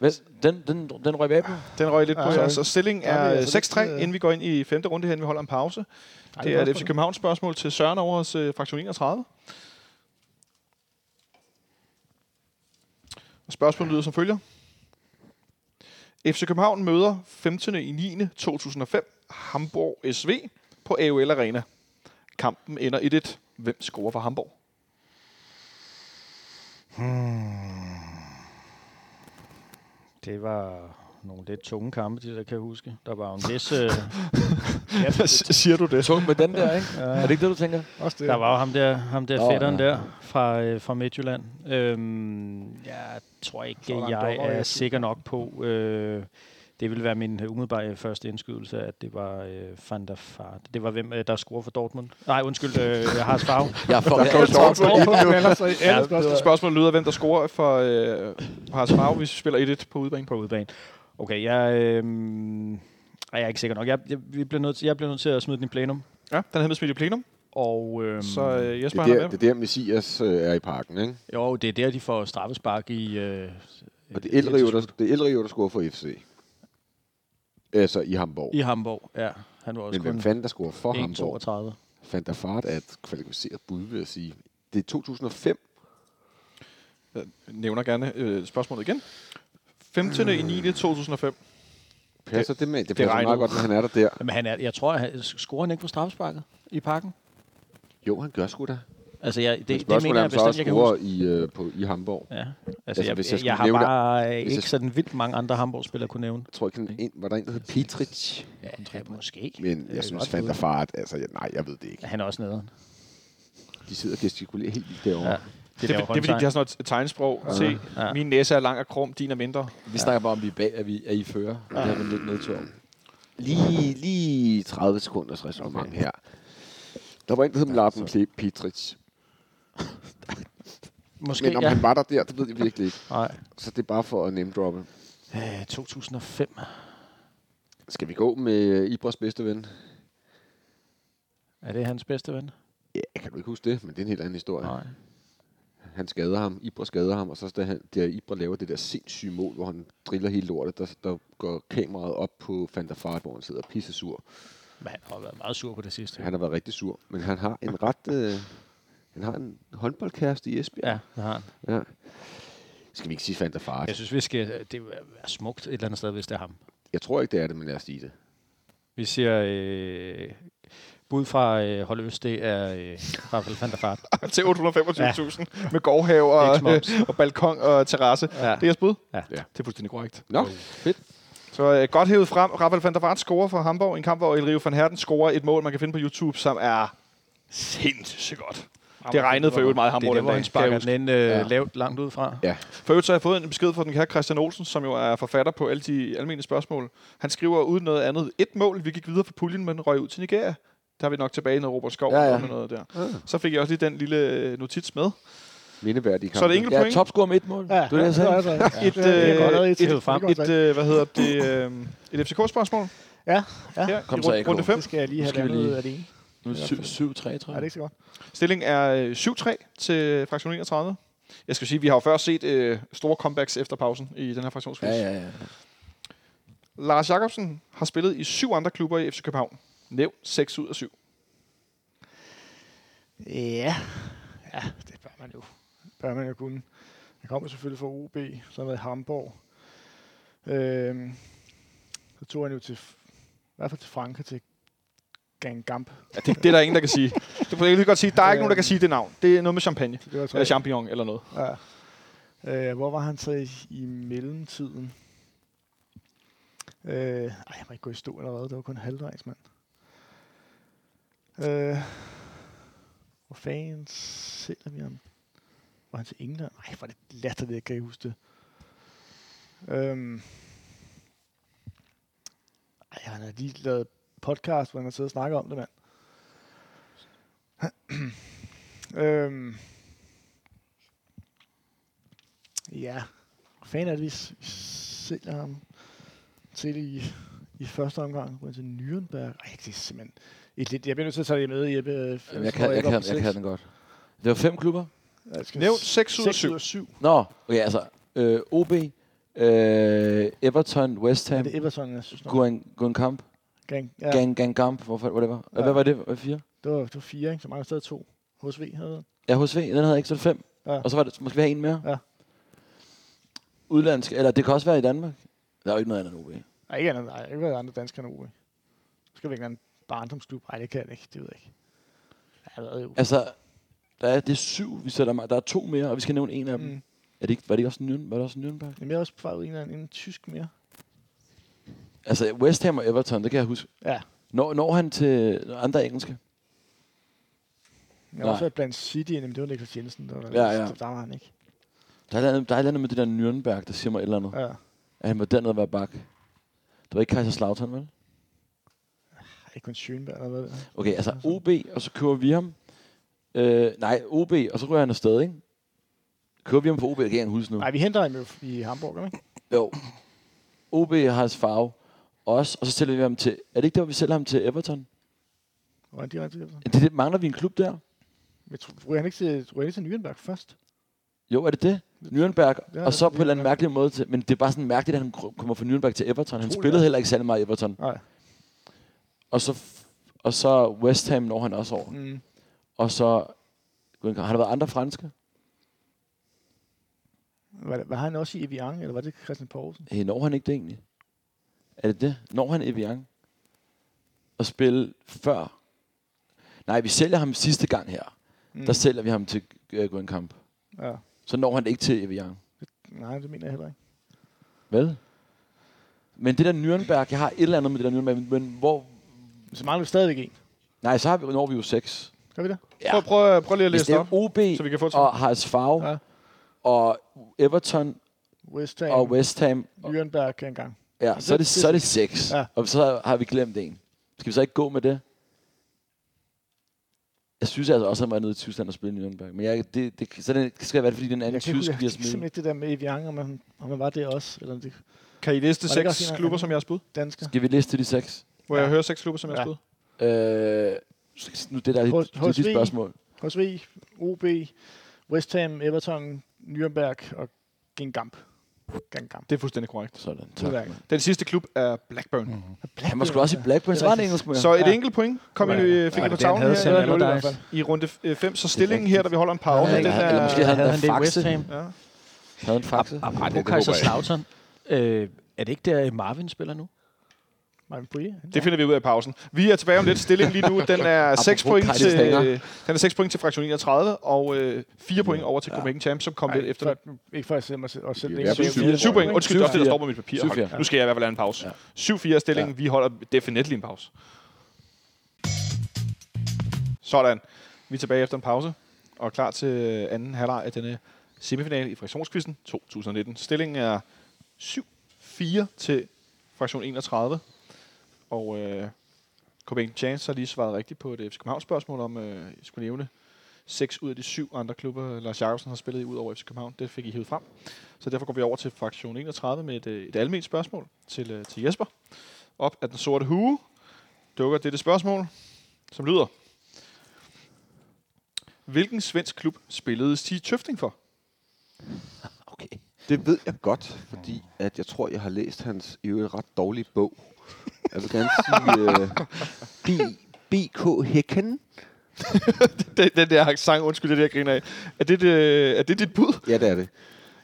Men, den, den, den røg vi af på.
Den røg lidt på,
Ja,
ja,
sorry.
så stillingen
Der er vi
er øh,
altså lidt,
6-3,
øh,
inden vi går ind i femte runde her, inden vi holder en pause. Det er et FC København spørgsmål til Søren over hos øh, fraktion 31. Og Spørgsmålet lyder som følger. FC København møder 15. i 9. 2005 Hamburg SV på AOL Arena. Kampen ender 1-1. Hvem scorer for Hamburg?
Det var nogle lidt tunge kampe, de der kan jeg huske. Der var jo en vis... Øh, ja,
Siger du det?
Tung med den der, ikke? Er det ikke det, du tænker?
Også det.
der var jo ham der, ham der
Nå,
fætteren
ja.
der fra, øh, fra Midtjylland. Øhm, jeg tror
Så var
ikke,
der en
jeg
dommer,
er
jeg
sikker nok på... Øh, det ville være min umiddelbare første indskydelse, at det var øh, Van der Fart. Det var hvem, øh, der scorer for Dortmund. Nej, undskyld, øh, jeg har farve.
Jeg får
Der går Dortmund ind nu.
Ja,
Spørgsmålet lyder, hvem der scorer for øh, Haras Favre, hvis vi spiller 1-1 på udebane.
på udebane. Okay, jeg, øh, jeg er ikke sikker nok. Jeg, jeg, vi bliver nødt til, jeg bliver nødt til at smide den i plenum.
Ja, den havde med smidt i plenum,
Og, øh,
så øh,
Øhm, Det
Jesper
er,
han er
der,
med.
det er der, Messias øh, er i parken, ikke?
Jo, det er der, de får straffespark i... Øh,
Og det er Elrio, der, det er Elrio, der scorer for FC. Altså i Hamburg.
I Hamburg, ja. Han var også
Men hvem
kun
fanden der scorer for Hamburg?
1,32.
Van der Fart er et kvalificeret bud, vil jeg sige. Det er 2005.
Jeg nævner gerne øh, spørgsmålet igen. 15. i 9. 2005.
Passer det, det med? Det
det
passer
regner
meget
ud.
godt, når han er der der.
Men han er, jeg tror, han, scorer han ikke på straffesparket i parken?
Jo, han gør sgu da.
Altså, jeg, det,
Det,
det mener
spørgsmålet er,
jeg
om så også
bestemt, jeg kan huske.
scorer i, øh, på, i Hamburg.
Ja. Altså,
Altså,
jeg,
hvis
jeg,
jeg
jeg, har
skulle nævne-
bare øh,
hvis jeg
ikke sådan vildt mange andre Hamburg-spillere kunne nævne.
Jeg tror ikke, han- en, var der en, der hed Petric?
Ja, måske.
Men jeg synes, Van der Fart, altså ja, nej, jeg ved det ikke.
Han er også nede.
De sidder og gestikulerer helt vildt derovre.
Ja.
Ja.
Det, det, er, det er fordi, de har sådan noget et tegnsprog. Ja. Se, ja.
Ja.
min næse er lang og krum, din er mindre.
Vi snakker bare om, vi er bag, at vi er i fører. Ja. Det har vi lidt nedtur om.
Lige, lige 30 sekunders resonemang okay. her. Der var en, der hed Mladen Kleb Petric.
Måske,
Men om
ja.
han var der der, det ved jeg virkelig ikke.
Nej.
Så det er bare for at name droppe.
Øh, 2005.
Skal vi gå med øh, Ibras bedste ven?
Er det hans bedste ven?
Ja, kan du ikke huske det, men det er en helt anden historie.
Nej.
Han skader ham, Ibra skader ham, og så da han, der Ibra laver det der sindssyge mål, hvor han driller hele lortet, der, der går kameraet op på Van der Fart, hvor han sidder pisse sur.
Men han har jo været meget sur på det sidste.
Han har været rigtig sur, men han har en ret... Øh, han har en håndboldkæreste i Esbjerg.
Ja, det har han.
Ja. Skal vi ikke sige Van der Fart?
Jeg synes, vi skal, det er smukt et eller andet sted, hvis det er ham.
Jeg tror ikke, det er det, men lad os sige det.
Vi siger, øh, bud fra øh, Hold Øst, det er øh, Rafael van der Fart.
til 825.000 ja. med gårdhave og,
Ikke
og balkon og terrasse. Ja.
Ja.
Det er jeres bud?
Ja.
Det er fuldstændig korrekt.
Nå, fedt.
Så øh, godt hævet frem. Rafael van der Vaart scorer for Hamburg i en kamp, hvor El Rio van Herten scorer et mål, man kan finde på YouTube, som er sindssygt godt. Det regnede for øvrigt meget i
Det
Hamburg
er der,
den
hvor
dag,
han
kan jeg huske.
sparker den ind øh, ja. lavt langt ud fra.
Ja,
For øvrigt så har jeg fået en besked fra den kære Christian Olsen, som jo er forfatter på alle de almindelige spørgsmål. Han skriver uden noget andet. Et mål, vi gik videre fra puljen, men røg ud til Nigeria. Der er vi nok tilbage i noget Robert Skov.
Ja, ja.
og Noget der. Så fik jeg også lige den lille øh, notits med.
mindeværdige kamp.
Så er det enkelte
Jeg er
point.
topscorer med et mål. Ja. Det er det, jeg sagde.
altså.
Et, øh,
det er godt, at I
et,
tævede
et,
frem.
altså
et, øh, hvad hedder det, øh, et FCK-spørgsmål
Ja, ja.
her
Kom
i
så,
runde,
AK.
runde 5.
Det skal jeg lige have
Skal vi
landet
lige-
alene.
Nu er det syv- 7-3, tror
Nej, det er
jeg.
ikke så godt.
Stillingen er øh, 7-3 til fraktion 31. Jeg skal sige, vi har jo før set øh, store comebacks efter pausen i den her fraktionsquiz.
Ja, ja, ja.
Lars Jakobsen har spillet i syv andre klubber i FC København. Nævn 6 ud af 7.
Ja. ja, det bør man jo. Bør man jo kunne. Jeg kommer selvfølgelig fra OB, så har jeg været i Hamburg. Øhm, så tog han jo til, f- i hvert fald til Frankrig, til Gangamp.
Ja, det, det er der ingen, der kan sige. Det kan jeg lige godt sige. Der er ikke nogen, der kan sige det navn. Det er noget med champagne.
Det var tre.
Eller champignon eller noget.
Ja. Øh, hvor var han så i, i mellemtiden? Øh, ej, jeg må ikke gå i stå allerede. Det var kun halvvejs, mand. Øh, hvor fanden sælger vi ham? Var han til England? Nej, var det latterligt, jeg kan ikke huske det. Øhm, Ej, han har lige lavet podcast, hvor han har siddet og snakket om det, mand. øhm. Ja, fan er det, vi s- sælger ham til i, i første omgang. Ryger til Nürnberg. Ej, det er simpelthen... Et lidt, jeg bliver nødt til at tage det med, Jeppe. Jeg,
Jamen, jeg, kan, jeg, kan, jeg kan den godt. Det var fem klubber.
Jeg skal
Nævn 6 ud af 7.
7.
Nå, okay, altså. Øh, OB, øh, Everton, West
Ja,
Ham,
det er Everton, jeg synes. nok.
Guang, Guangkamp,
Gang. Ja,
ja. Gang, Gangkamp, hvorfor, whatever.
Ja.
Ja. Hvad var det? Hvad, fire?
Det, var, det var fire, ikke? Så mange stadig to. HSV havde den.
Ja, HSV, den havde jeg ikke, så det fem.
Ja.
Ja. Og så var det, måske vi have en mere.
Ja.
Udlandsk, eller det kan også være i Danmark. Der er jo ikke noget andet end OB.
Nej, ikke andet. Nej, ikke været andre danskere end OB. Skal vi ikke være en barndomsklub? Nej, det kan jeg ikke. Det ved jeg ikke. Jeg har været jo.
Altså, der er, det er syv, vi sætter mig. Der er to mere, og vi skal nævne en af dem.
Mm.
Er det ikke, var det ikke også Nürnberg? Var det også Nürnberg?
Jamen, jeg er også på vej ud i en, eller anden- en tysk mere.
Altså, West Ham og Everton, det kan jeg huske.
Ja.
Når, når han til andre engelske?
Jeg har også
Nej.
været blandt City, men det var Niklas Jensen. Der var
Ja, ja.
Der var han ikke.
Der er, et eller andet- der er et eller andet med det der Nürnberg, der siger mig et eller andet.
Ja.
At han var dernede og var bak. Det var ikke Kaiserslautern, vel?
Ikke kun Schönberg eller hvad. ved jeg.
Okay, altså OB, og så kører vi ham. Øh, nej, OB, og så rører han afsted, ikke? Kører vi ham på OB, det kan jeg ikke huske nu.
Nej, vi henter ham jo i Hamburg, gør vi ikke?
Jo. OB har hans farve. Også, og så sælger vi ham til... Er det ikke der, hvor vi sælger ham til Everton?
Og han direkte til Everton.
Er det, det, mangler vi en klub der?
Men tror- ryger han ikke til, ryger han ikke til Nürnberg først?
Jo, er det det? Nürnberg,
Ja,
og så på en eller anden
Nürnberg.
mærkelig måde til... Men det er bare sådan mærkeligt, at han gr- kommer fra Nürnberg til Everton. Han
Utroligt,
spillede
ja.
heller ikke særlig meget i Everton.
Nej.
Og så, f- og så West Ham når han også over.
Mm.
Og så... Gud, Har der været andre franske?
Var, var, han også i Evian, eller var det Christian Poulsen?
Hey, når han ikke det egentlig? Er det det? Når han Evian? Og spille før? Nej, vi sælger ham sidste gang her.
Mm.
Der sælger vi ham til øh, Guenkamp.
ja.
Så når han det ikke til Evian.
Nej, det mener jeg heller ikke.
Vel? Men det der Nürnberg, jeg har et eller andet med det der Nürnberg, men- men hvor...
Så mangler vi stadigvæk en.
Nej, så har vi, når vi jo seks.
Gør vi det?
Ja.
Prøv, prøv, prøv lige at
Hvis
læse
det
det op,
er OB
så vi kan få et svar.
og Harsfag
Ja.
ja. og Everton
West Ham,
og West Ham, og,
Nürnberg kan engang.
ja, så er det,
det-
så er det seks.
Ja.
Ja. Og så har vi glemt en. Skal vi så ikke gå med det? Jeg synes altså også, at han var nede i Tyskland og spille i Nürnberg. Men jeg, det, det, så det, skal det være, fordi den anden
Jeg kan ikke huske-
tysk, vi har
jeg kan simpelthen
smidt.
ikke det der med Evian, om han, om han var det også, eller om det
Kan I liste
Var det ikke også en
seks
af-
klubber, som jeg har spud?
dansker.
Skal vi liste de seks?
Hvor jeg hører seks klubber, som jeg har
Ja.
spud?
Øh, nu det der
H-
det er
HSV.
dit spørgsmål.
HSV, OB, West Ham, Everton, Nürnberg og Gengamp. Gengamp.
Det er fuldstændig korrekt.
Sådan, tak.
Udmærket.
Den sidste klub er Blackburn. Mm.
Han var sgu også i Blackburn,
Det er
så var han
rigtigt.
engelsk med.
Så et
Ja.
enkelt point kom I,
Ja.
øh, fik
Ja,
I på
den
tavlen
havde
her
Sam
eller nul i hvert
Allardyce.
fald. i runde 5. Så stillingen her, da vi holder en pause,
Ja,
den
eller- eller måske
er...
havde han
Havde
da Ah,
han det i West
faxe.
Ham?
Ja.
Havde han faxe?
Ah,
Apropos
det håber jeg ikke.
Kaiserslautern. Øh, er det ikke der, Marvin spiller nu?
Marvin Brie. han-
Det finder vi ud af i pausen. Vi er tilbage om lidt. Stillingen lige nu, den er 6
Apropos
point til,
Kajlis
den er 6 point til fraktion 31, og øh, 4 point over til Copenhagen Champs, som kom
Nej,
lidt efter dig.
for- Ikke for at sætte mig selv. Og sætte
Det er i hvert fald
ned.
syv.
Syv point. Undskyld,
Syv
det er ofte, der
fire.
står på mit papir.
Syv
Hold.
fire.
Nu skal jeg i hvert fald have en pause. 7-4 er stillingen. Vi holder definitivt en pause. Sådan. Vi er tilbage efter en pause og er klar til anden halvleg af denne semifinale i fraktionskvisten 2019. Stillingen er 7-4 til fraktion 31. Og øh, Copenhagen Chance har lige svaret rigtigt på et FC København spørgsmål om, øh, jeg skulle nævne, seks ud af de syv andre klubber, øh, Lars Jacobsen har spillet i ud over FC København. Det fik I hævet frem. Så derfor går vi over til fraktion 31 med et, øh, et almindeligt spørgsmål til, øh, til Jesper. Op af den sorte hue dukker dette spørgsmål, som lyder. Hvilken svensk klub spillede Stig Tøfting for?
Okay.
Det ved jeg godt, fordi at jeg tror, jeg har læst hans i øvrigt ret dårlige bog. Jeg vil gerne sige øh, B, B.K. Hækken.
Den, den der sang, undskyld, det der griner af. Er det, det, er det dit bud?
Ja, det er det.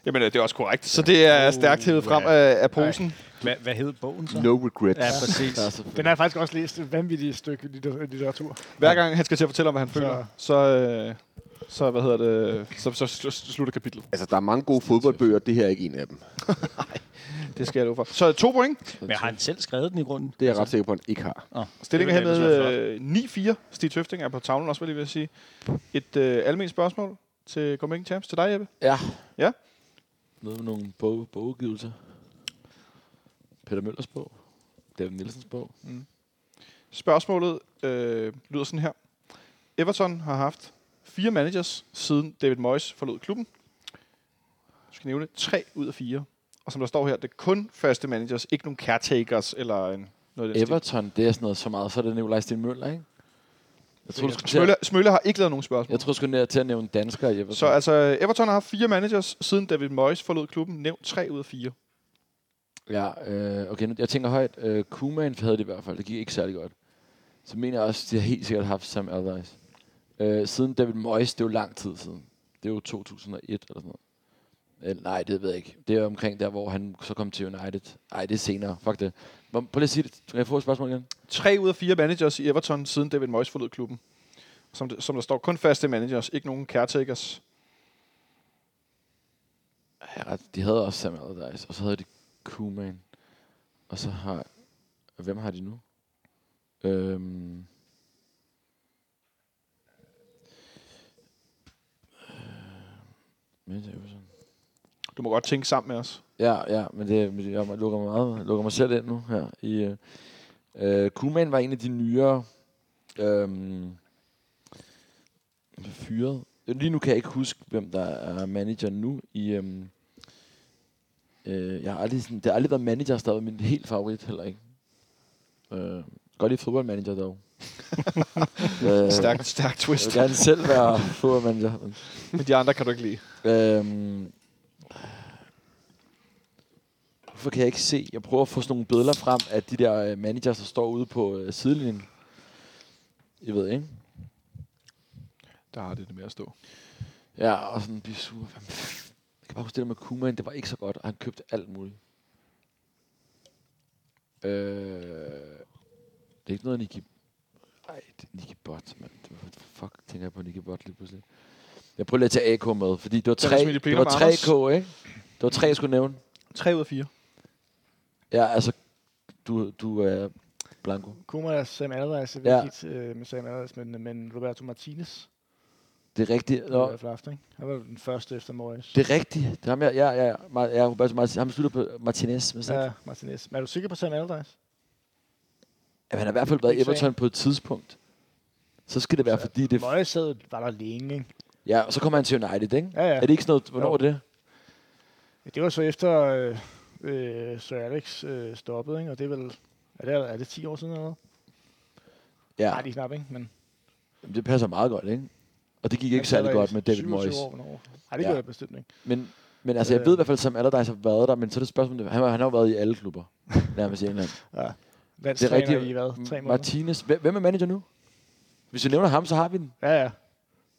Jamen, øh, det er også korrekt. Uh, Så det er stærkt hævet frem af, af posen.
Hva, hvad hed bogen så?
No regrets.
Ja, præcis.
Den har jeg faktisk også læst et vanvittigt stykke litter- litteratur.
Hver gang han skal til at fortælle om, hvad han føler, så, øh, så, hvad hedder det, så, så slu- slutter kapitlet.
Altså, der er mange gode fodboldbøger, det her er ikke en af dem.
Det skal jeg love for. Så to point.
Men har han selv skrevet den i grunden?
Det er jeg ret sikker på, at han ikke har.
Stillingen er
Det ville
hernede øh, 9-4. Stig Tøfting er på tavlen også, vil jeg lige sige. Et øh, almindeligt spørgsmål til Copenhagen Champs. Til dig, Jeppe.
Ja.
Ja.
Noget med nogle bog, bogudgivelser. Peter Møllers bog. David Nielsens bog.
Spørgsmålet øh, lyder sådan her. Everton har haft fire managers, siden David Moyes forlod klubben. Du skal nævne tre ud af fire. Og som der står her, det er kun første managers, ikke nogen caretakers eller en, noget af den stil.
Everton, det er sådan noget så meget, så er det Nikolaj Sten Møller, ikke? Jeg tror, du skulle til
Smølle,
at,
Smølle har ikke lavet nogen spørgsmål.
jeg tror, du skulle ned til at nævne danskere i Everton.
Så altså, Everton har haft fire managers, siden David Moyes forlod klubben. Nævn tre ud af fire.
Ja, øh, okay, nu, jeg tænker højt. Øh, Kuman havde det i hvert fald, det gik ikke særlig godt. Så mener jeg også, at de har helt sikkert haft Sam Allardyce. Øh, siden David Moyes, det er jo lang tid siden. Det er jo 2001 eller sådan noget. Eller, nej, det ved jeg ikke. Det er omkring der, hvor han så kom til United. Nej, det er senere. Fuck det. Hvor- Prøv lige at sige det. Kan jeg få et spørgsmål igen?
Tre ud af fire managers i Everton, siden David Moyes forlod klubben. Som, det- som der står, kun faste managers, ikke nogen caretakers.
Ja, ret. de havde også Sam Allardyce, og så havde de Kuman. Og så har... Hvem har de nu? Øhm... Øh, men det er jo sådan.
Du må godt tænke sammen med os.
Ja, ja, men det, men jeg lukker mig, meget, lukker mig selv ind nu her. I, øh, øh, Kuman var en af de nyere øhm, fyret. Lige nu kan jeg ikke huske, hvem der er manager nu. I, øhm, øh, jeg har aldrig, sådan, det har aldrig været manager, der har været min helt favorit heller ikke. Øh, godt lide fodboldmanager dog. øh,
Stærk, stærk
Jeg
twist.
vil gerne selv være fodboldmanager. Men
Men de andre kan du ikke lide.
Øhm. Hvorfor kan jeg ikke se? Jeg prøver at få sådan nogle billeder frem af de der øh, managers, der står ude på øh, sidelinjen. Jeg ved ikke.
Der har det det med at stå.
Ja, og sådan blive sur. Hvad f- Jeg kan bare huske det der med Kuman, det var ikke så godt, og han købte alt muligt. Øh, det er ikke noget Nicky... Ej, det er Nicky Bot, mand. Det var- Hvad fuck tænker jeg på Nicky Bot lige pludselig? Jeg prøver lige at tage AK med, fordi det var
Den er
tre,
smidt i
det
plenum,
var tre
Anders.
AK, ikke? Det var tre, jeg skulle nævne.
Tre ud af fire.
Ja, altså, du, du er Blanco.
Kuma og Sam Allardyce er
Ja.
vigtigt øh, med Sam Allardyce, men, men Roberto Martinez
Det er rigtigt.
Nå.
Nå,
har haft, ikke? Han var den første efter Moyes.
det er rigtigt. Det er ham, jeg, ja, ja, ja, Mar- ja, Roberto Martinez. Ham slutter på Martinez. Men ja.
Ja, Martinez. Men er du sikker på Sam Allardyce?
Han har i hvert fald været i
Ikke
Everton på et tidspunkt. Så skal det være,
Så-
fordi det...
Moyes sad, var der længe, ikke?
Ja, og så kommer han til United, ikke?
Ja, ja.
Er det ikke sådan noget... Hvornår
Jo.
er det?
Ja, Det var så efter øh, øh, Sir Alex øh, stoppede, ikke? Og det er vel... Er det, er det 10 år siden eller noget?
Ja,
Nej, det er knap, ikke? Men
Jamen, det passer meget godt, ikke? Og det gik
han
ikke særlig
sad der i
godt med David
27
Moyes.
År, hvornår? Nej, det
Ja.
gør jeg bestemt ikke.
Men, men altså, jeg
Øh.
ved i hvert fald, som Allardyce har været der, men så er det spørgsmålet... Han, har- han har jo været i alle klubber, nærmest i England.
Landstræner det er rigtigt. i hvad? Tre måneder?
Martinez. Hvem hvem er manager nu? Hvis vi nævner ham, så har vi den.
Ja, ja.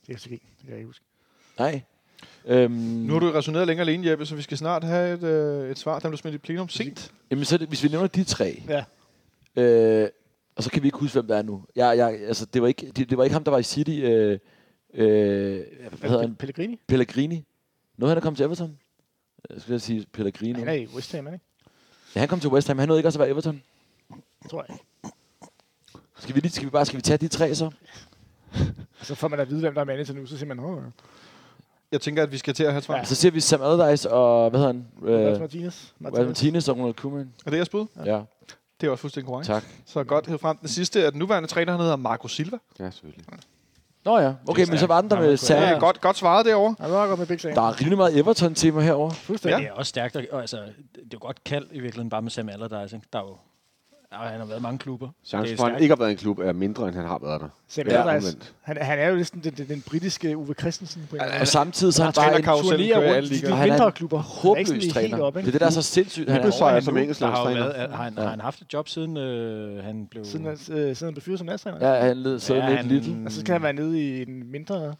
Det er sikkert ikke. Det kan jeg ikke huske.
Nej. Øhm,
Nu har du resoneret længere alene, Jeppe, så vi skal snart have et, øh, et svar. Den blev smidt i plenum sent.
Jamen, så er det, hvis vi nævner de tre,
Ja.
øh, og så kan vi ikke huske, hvem der er nu. Jeg, jeg, altså, det, var ikke, det, det var ikke ham, der var i City. Øh, øh, hvad hedder han?
Pellegrini?
Pellegrini. Nu er han er kommet til Everton. Jeg skulle jeg sige Pellegrini.
Han er i West Ham, er han ikke?
Ja, han kom til West Ham. Han nåede ikke også at være i Everton.
Tror jeg.
Skal vi, lige, skal vi bare skal vi tage de tre så?
Og så Altså, får man at vide, hvem der er manager nu, så siger man, åh,
Jeg tænker, at vi skal til at have et svar.
Ja.
Ja.
Så ser vi Sam Allardyce og, hvad hedder han?
Roberto
Øh,
Martinez. Martinez.
Martinez og Ronald Koeman.
Er det jeres bud?
Ja,
Det er også fuldstændig korrekt.
tak.
Så godt hævet frem. Den sidste er den nuværende træner, han hedder Marco Silva.
Ja, selvfølgelig.
Nå ja, okay, men så var den der med
Ja,
Sam.
ja. Godt, godt svaret derovre.
Han var godt med Big Sam.
Der er rimelig meget Everton-tema herovre.
Men
Fuldstændig.
ja. det er også stærkt. Og, og altså, det er jo godt kald i virkeligheden bare med Sam Allardyce. Ikke? Der er jo, og han har været i mange klubber.
Chancen
Det er
for, at han
stærkt.
ikke har været i en klub, er mindre, end han har været der.
Sam
Ja,
Allardyce,
omvendt.
han, han er jo næsten den, den, den britiske Uwe Christensen på en eller anden
Og samtidig så er han bare en
Trænerkarusellen
turnerer
kører i
rundt
alle
i de
ligaer.
Og han er
mindre
en
klubber. Han er ikke sådan
håbløs
helt
træner.
op,
Det er
ikke?
det, der er så sindssygt. Han er
Så er jeg
han
som
nu?
engelsk
Der har, jo
landstræner.
været, har, han,
Ja.
har han haft et job, siden øh, han blev...
siden, han, øh, siden han blev fyret som landstræner. Ja.
Ja, han led så ja, lidt lidt.
Altså,
Og så skal han være nede i en mindre...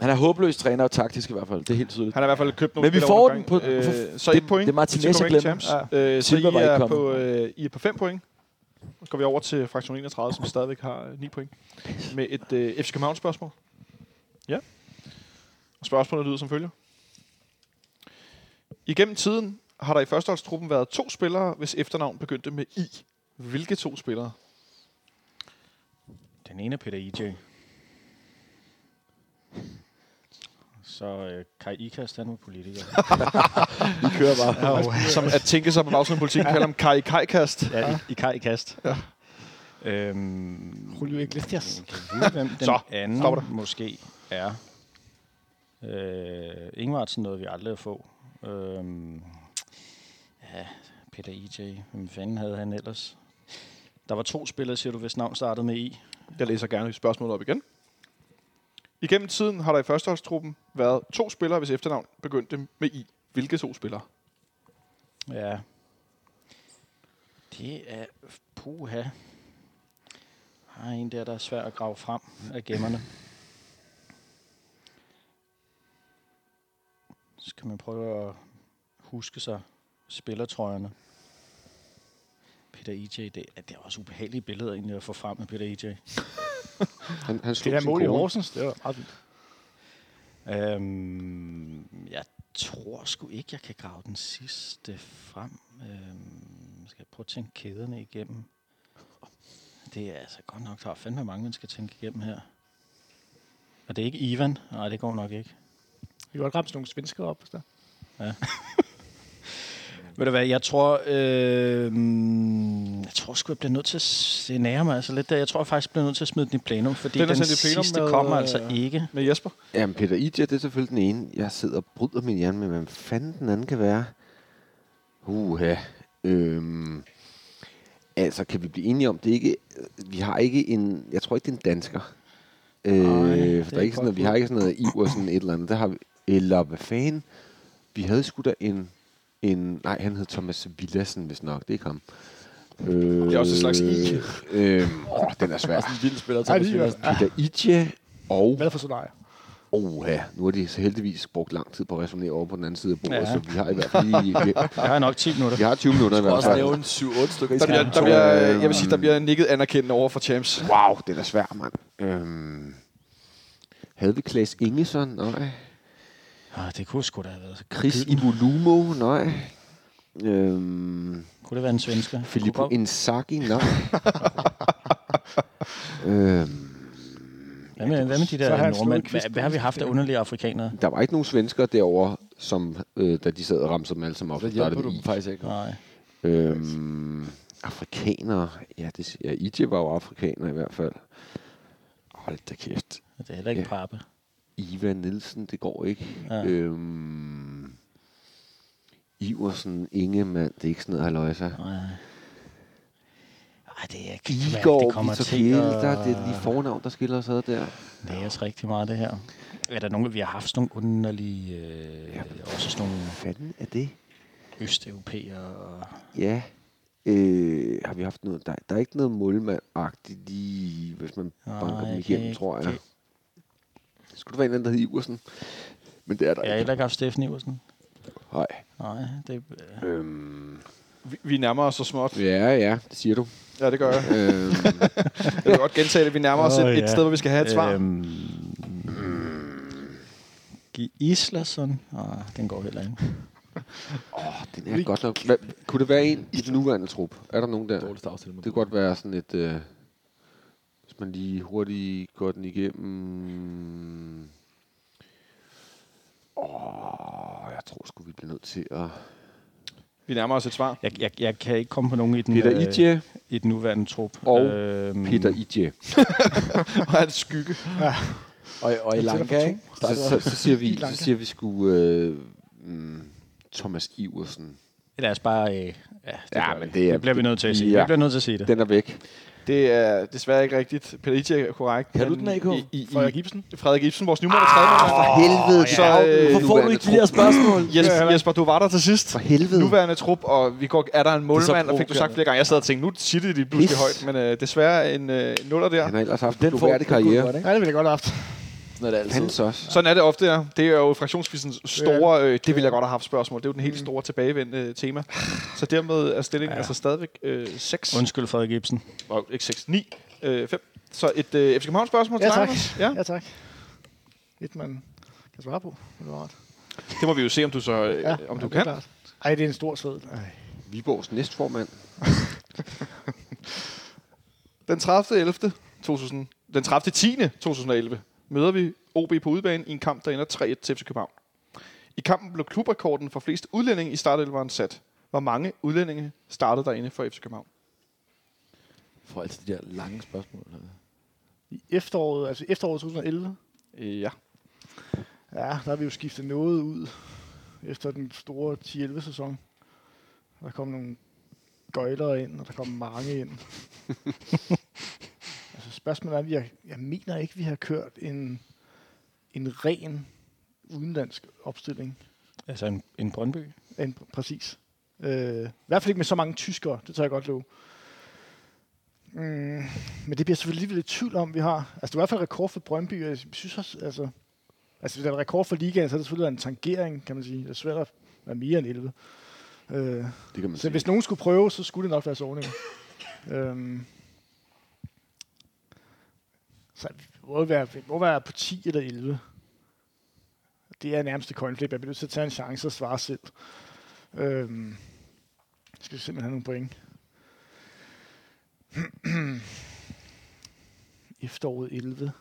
Han er håbløs træner og taktisk i hvert fald. Det er helt tydeligt.
Han har i hvert fald købt nogle
Men vi
spillere
får
rundt
den
omkring.
på- for-
Øh, så
det-
et point.
det er Martinez,
til Copenhagen
jeg
Champs.
glemmer.
Øh, så I
Silva var ikke
er,
kommet.
på, øh, I er på 5 point. Så går vi over til fraktion 31, som stadigvæk har 9 point. Med et øh, FC København spørgsmål. Ja. Og spørgsmålet lyder som følger. Igennem tiden har der i førsteholdstruppen været to spillere, hvis efternavn begyndte med I. Hvilke to spillere?
E Den ene er Peter E.J. Så øh, Kai Ikast, han var politiker.
Vi kører bare. Ja, som at tænke sig på bagsiden af politikken, kalder ham Kai Kajkast.
ja, i, i Kai Ikast. Ja. Øhm,
Julio Iglesias.
man kan vide, hvem den
Så,
Så, anden
stopper der.
måske er. Øh, Ingvartsen nåede vi aldrig at få. Øhm, ja, Peter E.J. Hvem fanden havde han ellers? Der var to spillere, siger du, hvis navn startede med I.
Jeg læser gerne spørgsmålet op igen. Igennem tiden har der i førsteholdstruppen været to spillere, hvis efternavn begyndte med I. Hvilke to spillere?
Ja. Det er puha. Der er en der, der er svær at grave frem af gemmerne. Så skal man prøve at huske sig spillertrøjerne. Peter E.J., det, er- det er også ubehagelige billeder egentlig at få frem af Peter E E.J.
Han, han slog
Det der
sin
mål i
kone.
Horsens, det var meget vildt.
Øhm, jeg tror sgu ikke, jeg kan grave den sidste frem. Øhm, skal jeg prøve at tænke kæderne igennem? Det er altså godt nok, der er fandme mange, man skal tænke igennem her. Og det er ikke Ivan? Nej, det går nok ikke.
Vi kan godt ramme sådan nogle svenskere op. hvis der.
Ved du hvad, jeg tror, øh, jeg tror sgu, jeg bliver nødt til at se nærmere altså lidt der. Jeg tror jeg faktisk, jeg bliver nødt til at smide den i plenum, fordi
Den er
den, den
sendt i plenum
sidste
med,
kommer
øh,
altså ikke.
Med Jesper?
Jamen, Peter Idja, det er selvfølgelig den ene. Jeg sidder og bryder min hjerne med, hvem fanden den anden kan være. Uha. Øhm. Altså, kan vi blive enige om, det er ikke, vi har ikke en, jeg tror ikke, det er en dansker. Øh, for
det er
der er ikke sådan noget, vi har ikke sådan noget i og sådan et eller andet. Der har vi, eller hvad fanden? Vi havde sgu da en, en, nej, han hed Thomas Villassen, hvis nok. Det er ikke ham. Øh, det
er også en slags I.
Øh, åh, den er svær.
En vild spiller,
Ej,
Thomas
lige
Villadsen.
Peter Idje og
Hvad for scenarie?
Oha, nu har de så heldigvis brugt lang tid på at resonere over på den anden side af bordet,
Ja.
ja. så vi har i hvert fald lige, vi,
Jeg har nok 10 minutter.
vi har 20 minutter i
Du kan
hvert
også lave
fald.
en 7-8 stykker i
Der bliver,
skarpen.
der bliver, jeg øh, vil sige, der bliver nikket anerkendende over for Champs.
Wow, den er svær, mand. Øhm, havde vi Klaas Ingesson? Nej.
Ah, det kunne sgu da have været.
Chris Ibulumo? Nej. Øhm,
Kunne det være en svensker?
Filippo
Kunne-
Inzaghi? Nej. øhm,
Hvad med, hvad med de
Så har
der
han slået
nordmænd?
en
Hvad,
kvist
hvad har vi haft af underlige afrikanere?
der var ikke nogen svenskere derovre, som, øh, da de sad og ramte dem alle sammen op.
Så
så startede
hjælper du
vi
dem faktisk ikke.
Nej.
Øhm, afrikanere. Ja, det, ja, Idje var jo afrikaner i hvert fald. Hold da kæft.
Det er heller ikke
Ja.
pappe.
Iva Nielsen, det går ikke.
Ja.
Ja. Øhm, Iversen, Ingemann, det er ikke sådan noget, halløj sig.
Nej. Ej, det er kan ikke være, det
Igor,
kommer
Peter
til
Kjelder, det er lige
at
fornavn, der skiller os ad der.
lære os rigtig meget, det her. Er der nogen, vi har haft sådan nogle underlige, øh,
Ja.
også sådan nogle
Fanden er det?
østeuropæere? og-
Ja. Øh, har vi haft noget? Der, der er ikke noget målmand-agtigt lige, hvis man
Nej,
banker dem
jeg
igennem,
kan ikke-
tror jeg.
kan-
Skulle det være en eller anden, der hed Iversen? Men det er der
Jeg har
ikke.
heller ikke haft Steffen Iversen.
Nej.
Nej, det er...
Øhm,
Vi, vi nærmer os så småt.
ja, ja, det siger du.
Ja, det gør jeg.
øhm,
Jeg vil godt gentage det. Vi nærmer os
Åh,
et,
ja.
et sted, hvor vi skal have et svar.
Øhm, Gi Islason? Nej, den går heller ikke.
den er godt nok. Hva, kunne det være en i den nuværende trup? Er der nogen der? Det
Dårligste aftale.
kunne godt være sådan et... Øh, hvis man lige hurtigt går den igennem... Åh, jeg tror sgu, vi bliver nødt til at...
Vi nærmer os et svar.
Jeg, jeg, jeg kan ikke komme på nogen i den,
Peter
øh,
Idje.
i den nuværende trup.
Og
øhm,
Peter Idje.
Og en skygge.
Og, og i Lanka, ikke?
Så, så, så, siger vi, så siger vi sgu... Øh, mm, Thomas Iversen.
Lad os bare... Øh, ja, det,
Ja,
gør
men
vi.
det er-
det bliver vi nødt til at sige.
Ja.
Ja. Vi bliver nødt til at sige det.
Den er væk.
Det er desværre ikke rigtigt. Peter Itje er korrekt.
Kan du
men
den, AK?
I, i,
Frederik
i,
Ibsen.
Frederik Ibsen, vores nuværende
Ah,
træner.
Helvede,
så, øh,
Hvorfor får du ikke de her spørgsmål?
Jesper, Jesper, du var der til sidst.
For helvede.
Nuværende trup, og vi går, er der en målmand, og fik du sagt
provokerende.
flere gange. Jeg sad og tænkte, nu siger de det pludselig højt,
Pis.
men øh, desværre en øh, en nuller der.
Han har ellers haft
Den
en
får
troværdig karriere.
Godt, ikke? Altså,
Ja, det ville jeg godt have haft.
Sådan er det altid.
Hans også.
Sådan er det ofte, ja. Det er jo fraktionsquizzens store, øh, det vil jeg godt have haft spørgsmål. Det er jo den helt store tilbagevendende øh, tema. Så dermed er stillingen ja. altså stadigvæk øh, 6,
Undskyld, Frederik Ibsen.
og ikke 6, 9, øh, 5. Så et øh, FC København spørgsmål
Ja,
til dig,
tak.
Anders? Ja.
Ja, tak. Et, man kan svare på. Det var rart.
Det må vi jo se, om du så øh, ja, om du
det er
kan.
Klart. Ej, det er en stor sved. Ej.
Viborgs næstformand.
Den 30. 11. 2000, den 30. 10. 2011 møder vi OB på udebane i en kamp, der ender 3-1 til FC København. I kampen blev klubrekorden for flest udlændinge i startelveren sat. Hvor mange udlændinge startede derinde for FC København?
For altid de der lange spørgsmål. Eller? hvad?
I efteråret, altså efteråret 2011,
Ja.
ja, der har vi jo skiftet noget ud efter den store 10-11 sæson. Der kom nogle gøjlere ind, og der kom mange ind. altså spørgsmålet er, vi har, jeg mener ikke, vi har kørt en, en ren udenlandsk opstilling.
Altså en, en Brøndby.
Ja, pr- præcis. Øh, I hvert fald ikke med så mange tyskere, det tør jeg godt love. Mm, men det bliver selvfølgelig alligevel lidt tvivl om, vi har. Altså, det er i hvert fald rekord for Brøndby, og jeg synes også, altså... Altså, hvis der er rekord for ligaen, så er det selvfølgelig en tangering, kan man sige. Det er svært at være mere end 11. Øh,
Det kan man
så
sige.
hvis nogen skulle prøve, så skulle det nok være Sorninger. øhm. Så vi må, være, vi må være på 10 eller 11. Det er nærmest et coinflip. Jeg bliver nødt til at tage en chance og svare selv. Øhm. Jeg skal simpelthen have nogle point. Efteråret 11.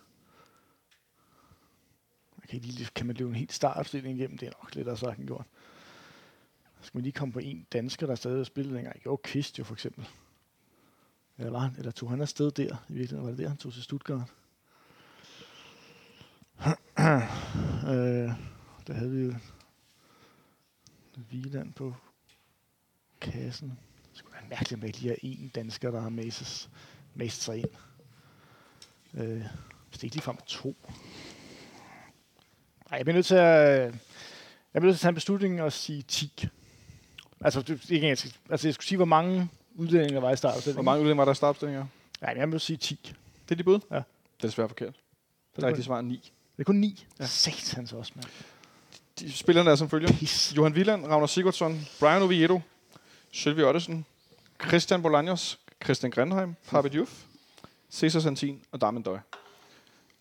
Jeg kan, ikke lige, kan man løbe en helt startopstilling igennem? Det er nok lettere sagt end gjort. Skal man lige komme på en dansker, der stadig har spillet dengang? Jo, Kvist jo for eksempel. Eller, var han, eller tog han afsted der? I virkeligheden var det der, han tog til Stuttgart. øh, der havde vi jo Wieland på kassen. Det skulle være mærkeligt, at man ikke lige har en dansker, der har mæset, mæset sig ind. Øh, hvis det ikke ligefrem er to. Nej, jeg bliver nødt til at... Jeg bliver nødt til at tage en beslutning og sige 10. Altså, det, det er ikke, jeg, skal, altså, jeg skulle sige, hvor mange udlændinger der var i starten.
Hvor mange udlændinge var der i startopstillingen?
Nej, men jeg må sige 10. Det
Det er de bud?
Ja.
Det er desværre forkert. Det
kun-
rigtige svar er 9.
Det er kun 9.
Ja.
Ja. Satans også, mand.
De spillerne er som følger.
Pis.
Johan Wieland, Ragnar Sigurdsson, Brian Oviedo, Sylvie Ottesen, Christian Bolaños, Christian Grindheim, Pape Diouf, Cesar Santin og Darmen Døj.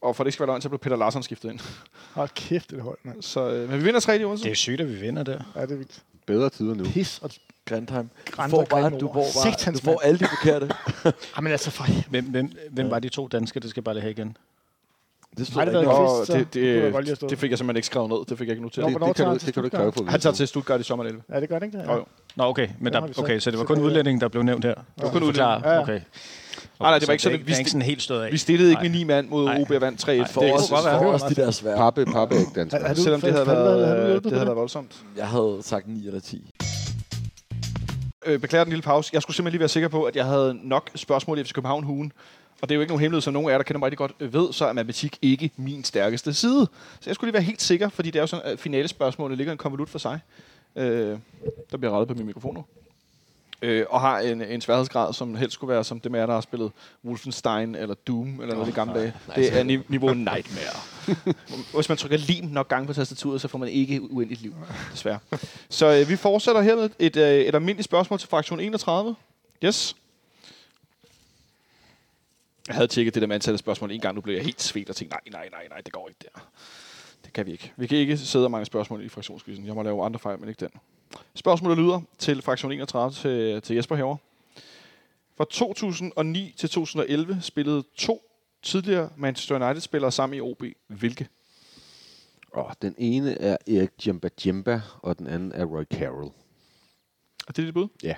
Og for det ikke skal være løgn, så blev Peter Larsen skiftet ind.
Hold kæft, det hold, mand.
Så, øh, men vi vinder 3 i Odense.
Det er jo sygt, at vi vinder der.
Ja, det er vildt.
Bedre tider nu.
Pis og
Grandheim. Du
Grand
får
og
bare,
Grand
du
over.
får bare,
Satans
du får
mand.
alle de forkerte.
Jamen altså, for...
Hvem, hvem, hvem var de to danskere, det skal jeg bare lige have igen?
Det stod
Har det
der
været
ikke.
Og
kvist, så?
det,
kunne jeg
det,
godt lige have
det,
stået.
det, fik jeg simpelthen ikke skrevet ned. Det fik jeg ikke noteret.
Nå,
Det,
Det,
hvornår
det, kan
tager
du,
han til
det kan du ikke
Stuttgart?
kræve for.
han tager til Stuttgart i sommeren 11.
Ja, det gør det ikke, det?
Jo, jo.
Nå, okay. Men
Hvem har vi
der,
så?
okay, så det var
Så
kun
det er-
udlændingen, der blev nævnt her. Det
var kun udlændinge.
Ja, ja.
Okay.
Nej, nej, det var ikke
så
sådan,
det,
at
det er
vi-
ikke sådan helt stået af. Ah.
Vi stillede ikke med
Nej.
9 mand mod
Nej.
OB og vandt 3-1.
Nej,
Det,
For os,
det,
for
være.
os de der svære.
Pappe, pappe er ikke dansk.
Er- er du-
selvom det havde
Fanden,
været,
havde du
øh,
hjulpet
det
på
havde
det?
været voldsomt.
Jeg havde sagt 9 eller 10.
Øh, beklager den lille pause. Jeg skulle simpelthen lige være sikker på, at jeg havde nok spørgsmål i FC København-hugen. Og det er jo ikke nogen hemmelighed, som nogen af jer, der kender mig rigtig godt, øh, ved, så er matematik ikke min stærkeste side. Så jeg skulle lige være helt sikker, fordi det er jo sådan, at finalespørgsmålet ligger i en konvolut for sig. Øh, der bliver rettet på min mikrofon nu. Øh, og har en, en sværhedsgrad, som helst skulle være som det med jer, der har spillet Wolfenstein eller Doom eller noget oh, i de gamle dage. Det er ni- niveau nightmare. Hvis man trykker lim nok gange på tastaturet, så får man ikke uendeligt liv, desværre. Så øh, vi fortsætter her med et, øh, et almindeligt spørgsmål til fraktion 31. Yes. Jeg havde tjekket det der med antallet af spørgsmål en gang, nu blev jeg helt svedt og tænkte, nej, nej, nej, nej, det går ikke der. Det kan vi ikke. Vi kan ikke sidde og mange spørgsmål i fraktionskvisten. Jeg må lave andre fejl, men ikke den. Spørgsmålet lyder til fraktion 31 til, til Jesper herover. Fra 2009 til 2011 spillede to tidligere Manchester United-spillere sammen i OB. Hvilke?
Oh, den ene er Erik Jemba Jemba, og den anden er Roy Carroll.
Er det dit bud?
Ja.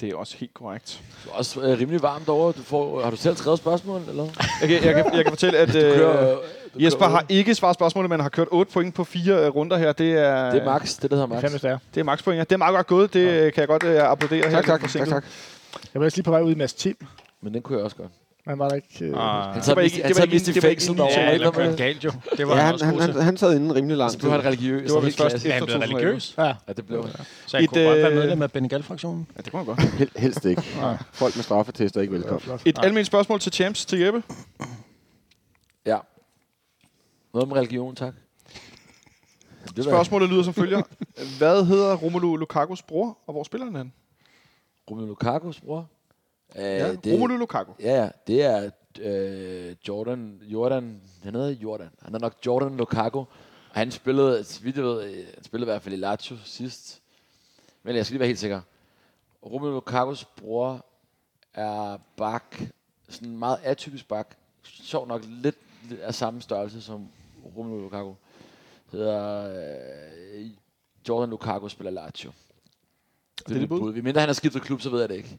Det er også helt korrekt.
Du er også øh, rimelig varmt over. Du får, har du selv skrevet spørgsmål, eller?
Jeg kan, jeg kan, jeg kan fortælle, at
Du kører,
øh,
du
Jesper
kører
har ikke svaret spørgsmålet, men har kørt 8 point på fire øh, runder her. Det er,
Det er max. Det, der hedder max.
Fem er
Det er max point. Det er meget godt gået. Det øh, kan jeg godt øh, applaudere her.
Tak, tak,
Lidt
tak, tak.
Jeg var også lige på vej ud i Mads Tim.
Men den kunne jeg også godt.
Man var der ikke... Øh,
Ah.
Han
Det var
tager
ikke-
mist,
det
han
var
tager
ikke
mist i
en- det var
fængsel,
ikke
når
en-
Ja,
han
eller
regner med
kørt
det.
galt jo. Det var
Ja,
ja,
han,
også
han,
god til.
han, han sad inden rimelig lang
Altså, du har en religiøs.
Det var vist
helt
først
klasse.
efter
Han blev
2011.
religiøs.
ja.
Ja, det blev han.
Så han
Et,
kunne godt være
øh,
medlem af Benegal-fraktionen.
Ja, det kunne man godt.
Hel, helst ikke. Folk med straffetester er ikke velkommen.
Et almindeligt spørgsmål til Champs, til Jeppe.
Ja. Noget med religion, tak. Det var
Spørgsmålet lyder som følger. Hvad hedder Romelu Lukakus bror, og hvor spiller han henne?
Romelu Lukaku's bror. Æh,
Ja,
det,
Romelu Lukaku.
Ja, ja, det er øh, Jordan, Jordan, han hedder Jordan. Han er nok Jordan Lukaku. Og han spillede, så vidt jeg ved, øh, han spillede i hvert fald i Lazio sidst. Men jeg skal lige være helt sikker. Romelu Lukakus bror er bak, sådan en meget atypisk bak. Sjovt nok lidt af samme størrelse som Romelu Lukaku, hedder øh, Jordan Lukaku spiller Lazio. Det,
det
er mit
bud?
bud. Vi mindre han har skiftet klub, så ved jeg det ikke.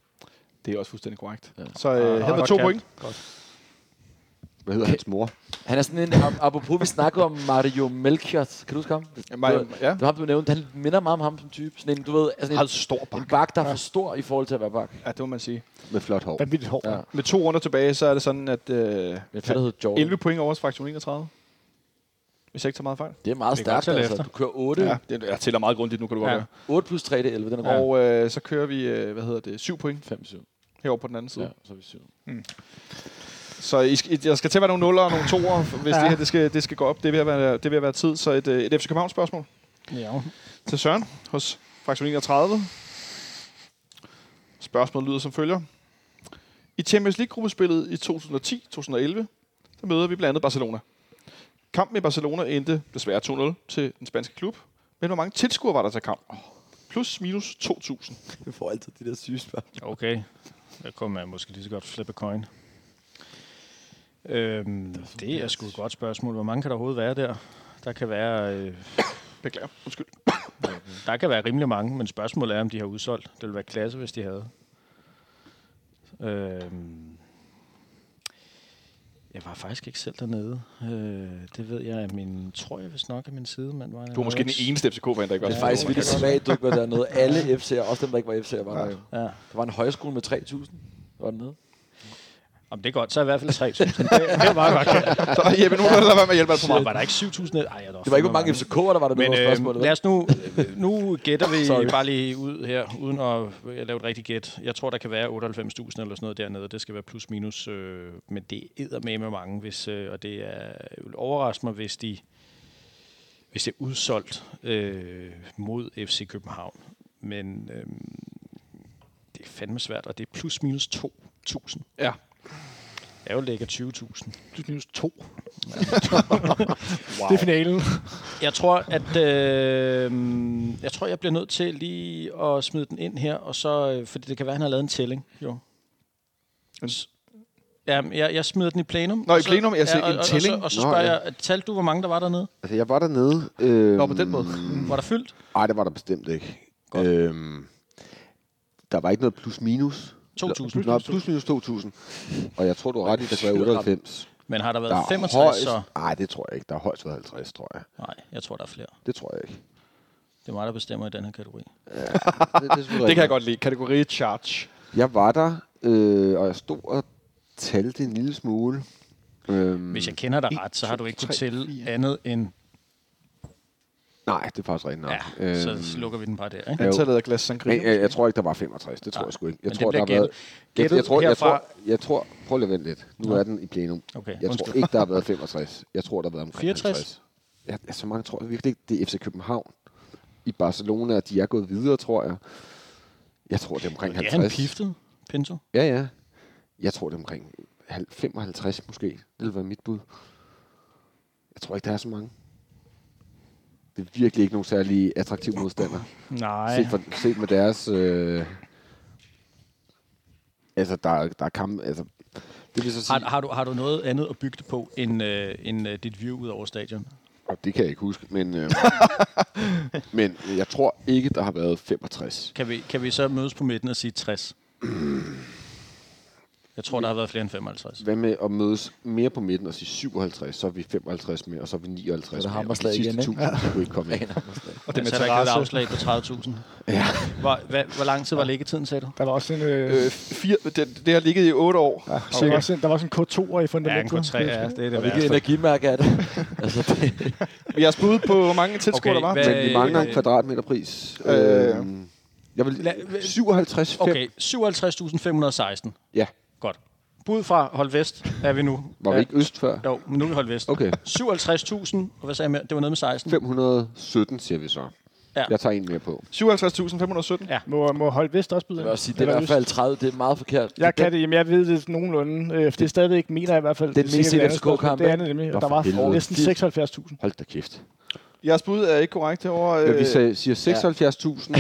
Det er også fuldstændig korrekt.
Ja.
Så øh, han var
godt
to
kaldt.
point.
Hvad hedder
Okay.
hans mor?
Han er sådan en, ap- apropos vi snakker om Mario Melchiot, kan du huske ham? Det,
Ja,
det, var,
Mario- ja.
det var ham, du nævnte. Han minder meget om ham som type. Sådan en, du ved, altså
Har
en,
stor
en
bak.
bak, der er for stor i forhold til at være bak.
Ja, det må man sige.
Med flot hår.
Vanvittigt hård.
Ja.
Ja.
Med to runder tilbage, så er det sådan, at øh,
Men fedt, der hedder Jordan.
11 point over fraktion 31. Hvis jeg ikke tager meget fejl.
Det er meget
Det kan godt
stærkt,
tælle
altså. Du kører 8,
Ja,
ja.
det, jeg tæller meget grundigt nu, kan du godt
Ja.
høre.
8 plus 3, det er 11. Den er god.
Og øh, så kører vi, øh, hvad hedder det, 7 point
5, 7.
herover på den anden side.
Ja,
Ja.
så er vi 7.
Så I skal, I- jeg skal til at være nogle nuller og nogle toer, hvis ja.
Ja.
det her det skal, det skal gå op. Det er ved at være, det er ved at være tid. Så et, øh, et FC København-spørgsmål
ja.
til Søren hos fraktion 31. Spørgsmålet lyder som følger. I Champions League-gruppespillet i 2010-2011, der møder vi blandt andet Barcelona. Kampen i Barcelona endte desværre 2-0 til den spanske klub. Men hvor mange tilskuere var der til kampen? Plus minus 2.000.
Du får altid de der syge spørgsmål.
Okay. Der kunne man måske lige så godt flippe coin. Øhm, det er sgu et godt spørgsmål. Hvor mange kan der overhovedet være der? Der kan være, øh,
Beklager. Undskyld.
der kan være rimelig mange, men spørgsmålet er, om de har udsolgt. Det ville være klasse, hvis de havde. Øhm, jeg var faktisk ikke selv dernede. Øh, det ved jeg, at min, tror jeg vist nok, at min sidemand var
Du er måske den eneste FCK-fan, der ikke var
Det
til
er
stede.
faktisk vildt svagt, du ikke var dernede. Alle FC'er, også dem, der ikke var FC'er, var der jo.
Ja.
Der var en højskole med 3.000. Der var dernede.
Om det er godt, så er i hvert fald 3.000. det, det var godt.
Så Jeppe, nu kan du lade være med at hjælpe alt for
Shit,
meget.
var der ikke 7.000? Ej, ja, der
Det var ikke, hvor mange FCK'er, der var der
Men
nu, var
øh,
spørgsmålet.
lad os nu, nu gætter
Sorry.
vi bare lige ud her, uden at øh, lave et rigtigt gæt. Jeg tror, der kan være 98.000 eller sådan noget dernede. Det skal være plus minus, øh, men det æder med med mange, hvis, øh, og det er, vil overraske mig, hvis, de, hvis det er udsolgt øh, mod FC København. Men øh, det er fandme svært, og det er plus minus 2.000.
Ja.
Jeg vil lægge 20.000.
Plus minus to. wow. Det er finalen.
Jeg tror, at øh, jeg tror, jeg bliver nødt til lige at smide den ind her, og så, øh, fordi det kan være, at han har lavet en tælling. Jo.
En-
S- Ja, men jeg, jeg smider den i plenum.
Nå,
og
i
så-
plenum, jeg siger
og-
en
og,
tælling.
Og så, og så
Nå,
spørger
ja.
jeg, talte du, hvor mange der var dernede?
Altså, jeg var dernede. Øh,
Nå, på den måde.
Var der fyldt?
Nej, det var der bestemt ikke. Øhm, der var ikke noget plus-minus.
2.000.
Nej, plus-minus 2.000. Og jeg tror, du har ret i, der kan være 98.
Men har der været
Der
65,
højst-
så...
Nej, det tror jeg ikke. Der har højst været 50, tror jeg.
Nej, jeg tror, der er flere.
Det tror jeg ikke.
Det er mig, der bestemmer i den her kategori.
Det, det, det,
Det kan jeg godt lide. Kategori charge.
Jeg var der, øh, og jeg stod og talte en lille smule. Øhm,
Hvis jeg kender dig ret, så har du ikke kunnet tælle andet end...
Nej, det er faktisk rigtigt nok.
Ja,
Øhm.
så lukker vi den bare der, ikke?
Antallet af glas sangria.
Men jeg, jeg tror ikke, der var 65. Det tror
Nej,
jeg sgu ikke.
men
Jeg
det
tror,
bliver
der har været... Jeg,
gættet
jeg, tror, jeg,
herfra.
tror, jeg tror... Prøv lige at vente lidt. Nu er den i plenum.
Okay,
jeg tror
undskyld.
ikke, der har været 65. Jeg tror, der har været omkring
64?
50. Ja, ja, så mange tror jeg virkelig ikke. Det er FC København i Barcelona, de er gået videre, tror jeg. Jeg tror, det er omkring
Ja,
50.
han piftede, Pinto.
Ja, ja. Jeg tror, det er omkring hal- 55 måske. Det vil være mit bud. Jeg tror ikke, der er så mange. Det er virkelig ikke nogen særlig attraktive modstandere.
Nej.
Set, for, set med deres... Øh, altså, der, er- der er kamp... Altså, det vil så sige...
Har, har, du, har du noget andet at bygge det på end, øh, end øh, dit view ud over stadion?
Og det kan jeg ikke huske, men... Øh, men jeg tror ikke, der har været 65.
Kan vi, kan vi så mødes på midten og sige 60? Jeg tror, der har været flere end 55.
Hvad med at mødes mere på midten og sige 57, så er vi 55 med, og så er vi 59
Så er
med, og de
der hammerslag
sidste
igen, ikke?
1000 skulle ikke komme ind.
Og det med
så er der givet et
terrasse.
afslag på 30.000.
Ja.
Hvor, hvad, hvor lang tid var liggetiden, sagde du?
Der var også en... Øh,
Øh, fire, det, det har ligget i otte år. Ja,
der, var også en der var også en K2'er i fundamentet.
det er det
Hvilket energimærke er det? altså, det,
Vi har spud på, hvor mange tilskuere
Okay,
der var.
hvad-
Men vi mangler en
Øh,
kvadratmeterpris. Øh,
Øh,
jeg vil, 57,
Okay, 57.516.
Ja,
Godt. Bud fra Hold Vest er vi nu.
var vi ikke øst før?
Jo, men nu er vi Hold Vest.
Okay.
57.000, og hvad sagde jeg mere? Det var noget med 16.
517 siger vi så.
Ja.
Jeg tager en mere på.
57.517.
Ja.
Må, må holde vest også byde
jeg
ind?
vil også sige, det er i
Eller
hvert fald 30. Det er meget forkert.
Jeg kan det, jamen jeg ved det nogenlunde, øh, for det er stadigvæk, mener jeg i hvert fald.
Den mest
sikkert et andet
set FCK-kamp,
spørgsmål. Det er det nemlig,
Nå,
og der
for
var
helvede.
næsten 76.000.
Hold da kæft.
Jeres bud er ikke korrekt herovre.
Ja,
Øh,
vi sagde, siger 76.000.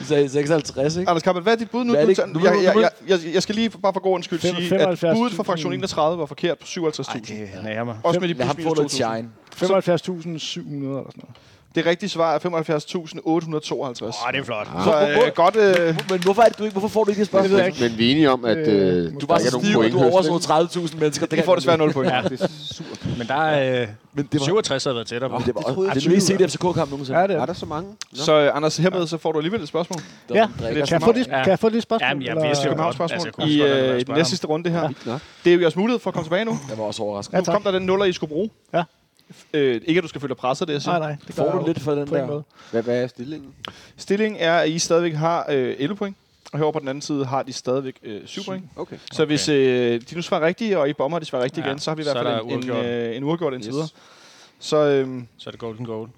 Du sagde 56, ikke?
Anders Kappel, hvad er dit bud nu?
Hvad er det
Du
ikke?
tager- Jeg, jeg, jeg, jeg, jeg skal lige for- bare for god en skyld
Fem-
sige, at
75.000.
budet for fraktion 31 var forkert på 57.000.
Ja, nærmere.
Også med de
Lad
plus
ham få
minus
noget
2.000.
shine.
75.700 eller sådan noget.
Det rigtige svar er 75.852.
Åh, det er flot.
Så øh, godt... Øh,
Men hvorfor, er det, du ikke, hvorfor får du ikke det spørgsmål?
Det ved jeg ikke.
Men vi er enige om, at øh,
Øh,
Du
der
var
ikke
så
er nogen
stiv, at du
pointhøst,
overså
ikke?
30.000 mennesker.
I får desværre 0 point.
Ja,
Det er surt.
men der er... Øh,
Men det var,
67 havde været tættere på.
men det var også
troede jeg
det mest
tyve,
set FCK-kamp nogensinde.
Ja, det
Er
er.
der så mange? Nå.
Så øh, Anders, hermed så får du alligevel et spørgsmål.
Der
Ja.
var en drikker,
Kan jeg få det,
Ja.
kan jeg få det spørgsmål?
Jamen, jeg
eller-
vidste jo
Københavns
godt.
spørgsmål
Altså, jeg kunne
i
også godt have været
øh,
at
den
spørge
næste
ham.
sidste runde det her.
Nå.
Det er jo jeres mulighed for at komme tilbage nu.
der var også overrasket.
Ja,
Nu
tak.
kom der den nuller, I skulle bruge.
Ja.
Øh, ikke at du skal føle dig presset, det jeg
Nej,
siger.
nej. Det
Får
gør
du
jeg
lidt for den
På
der?
en måde.
Hvad, hvad er stillingen?
Stillingen er, at I stadigvæk har øh, 11 point. Og herovre på den anden side har de stadigvæk øh, 7 point.
Okay.
Så hvis øh, de nu svarer rigtigt, og I bomber, de svarer rigtigt
Ja,
igen, så har vi i
så
hvert
er
fald
der
en, en,
uafgjort.
øh, en uafgjort indtil
Yes.
videre. Så øh,
Så er det golden goal.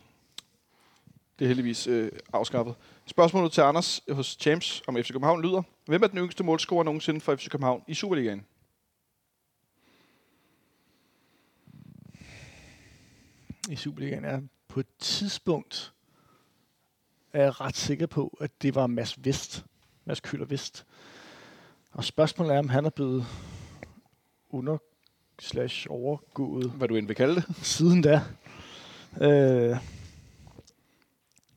det er heldigvis øh, afskaffet. Spørgsmålet til Anders hos Champs om FC København lyder. Hvem er den yngste målscorer nogensinde for FC København i Superligaen?
i Superligaen er på et tidspunkt er jeg ret sikker på, at det var Mads Vest. Mads Køller Vest. Og spørgsmålet er, om han er blevet under slash overgået
Hvad du end vil kalde det.
siden da. Øh,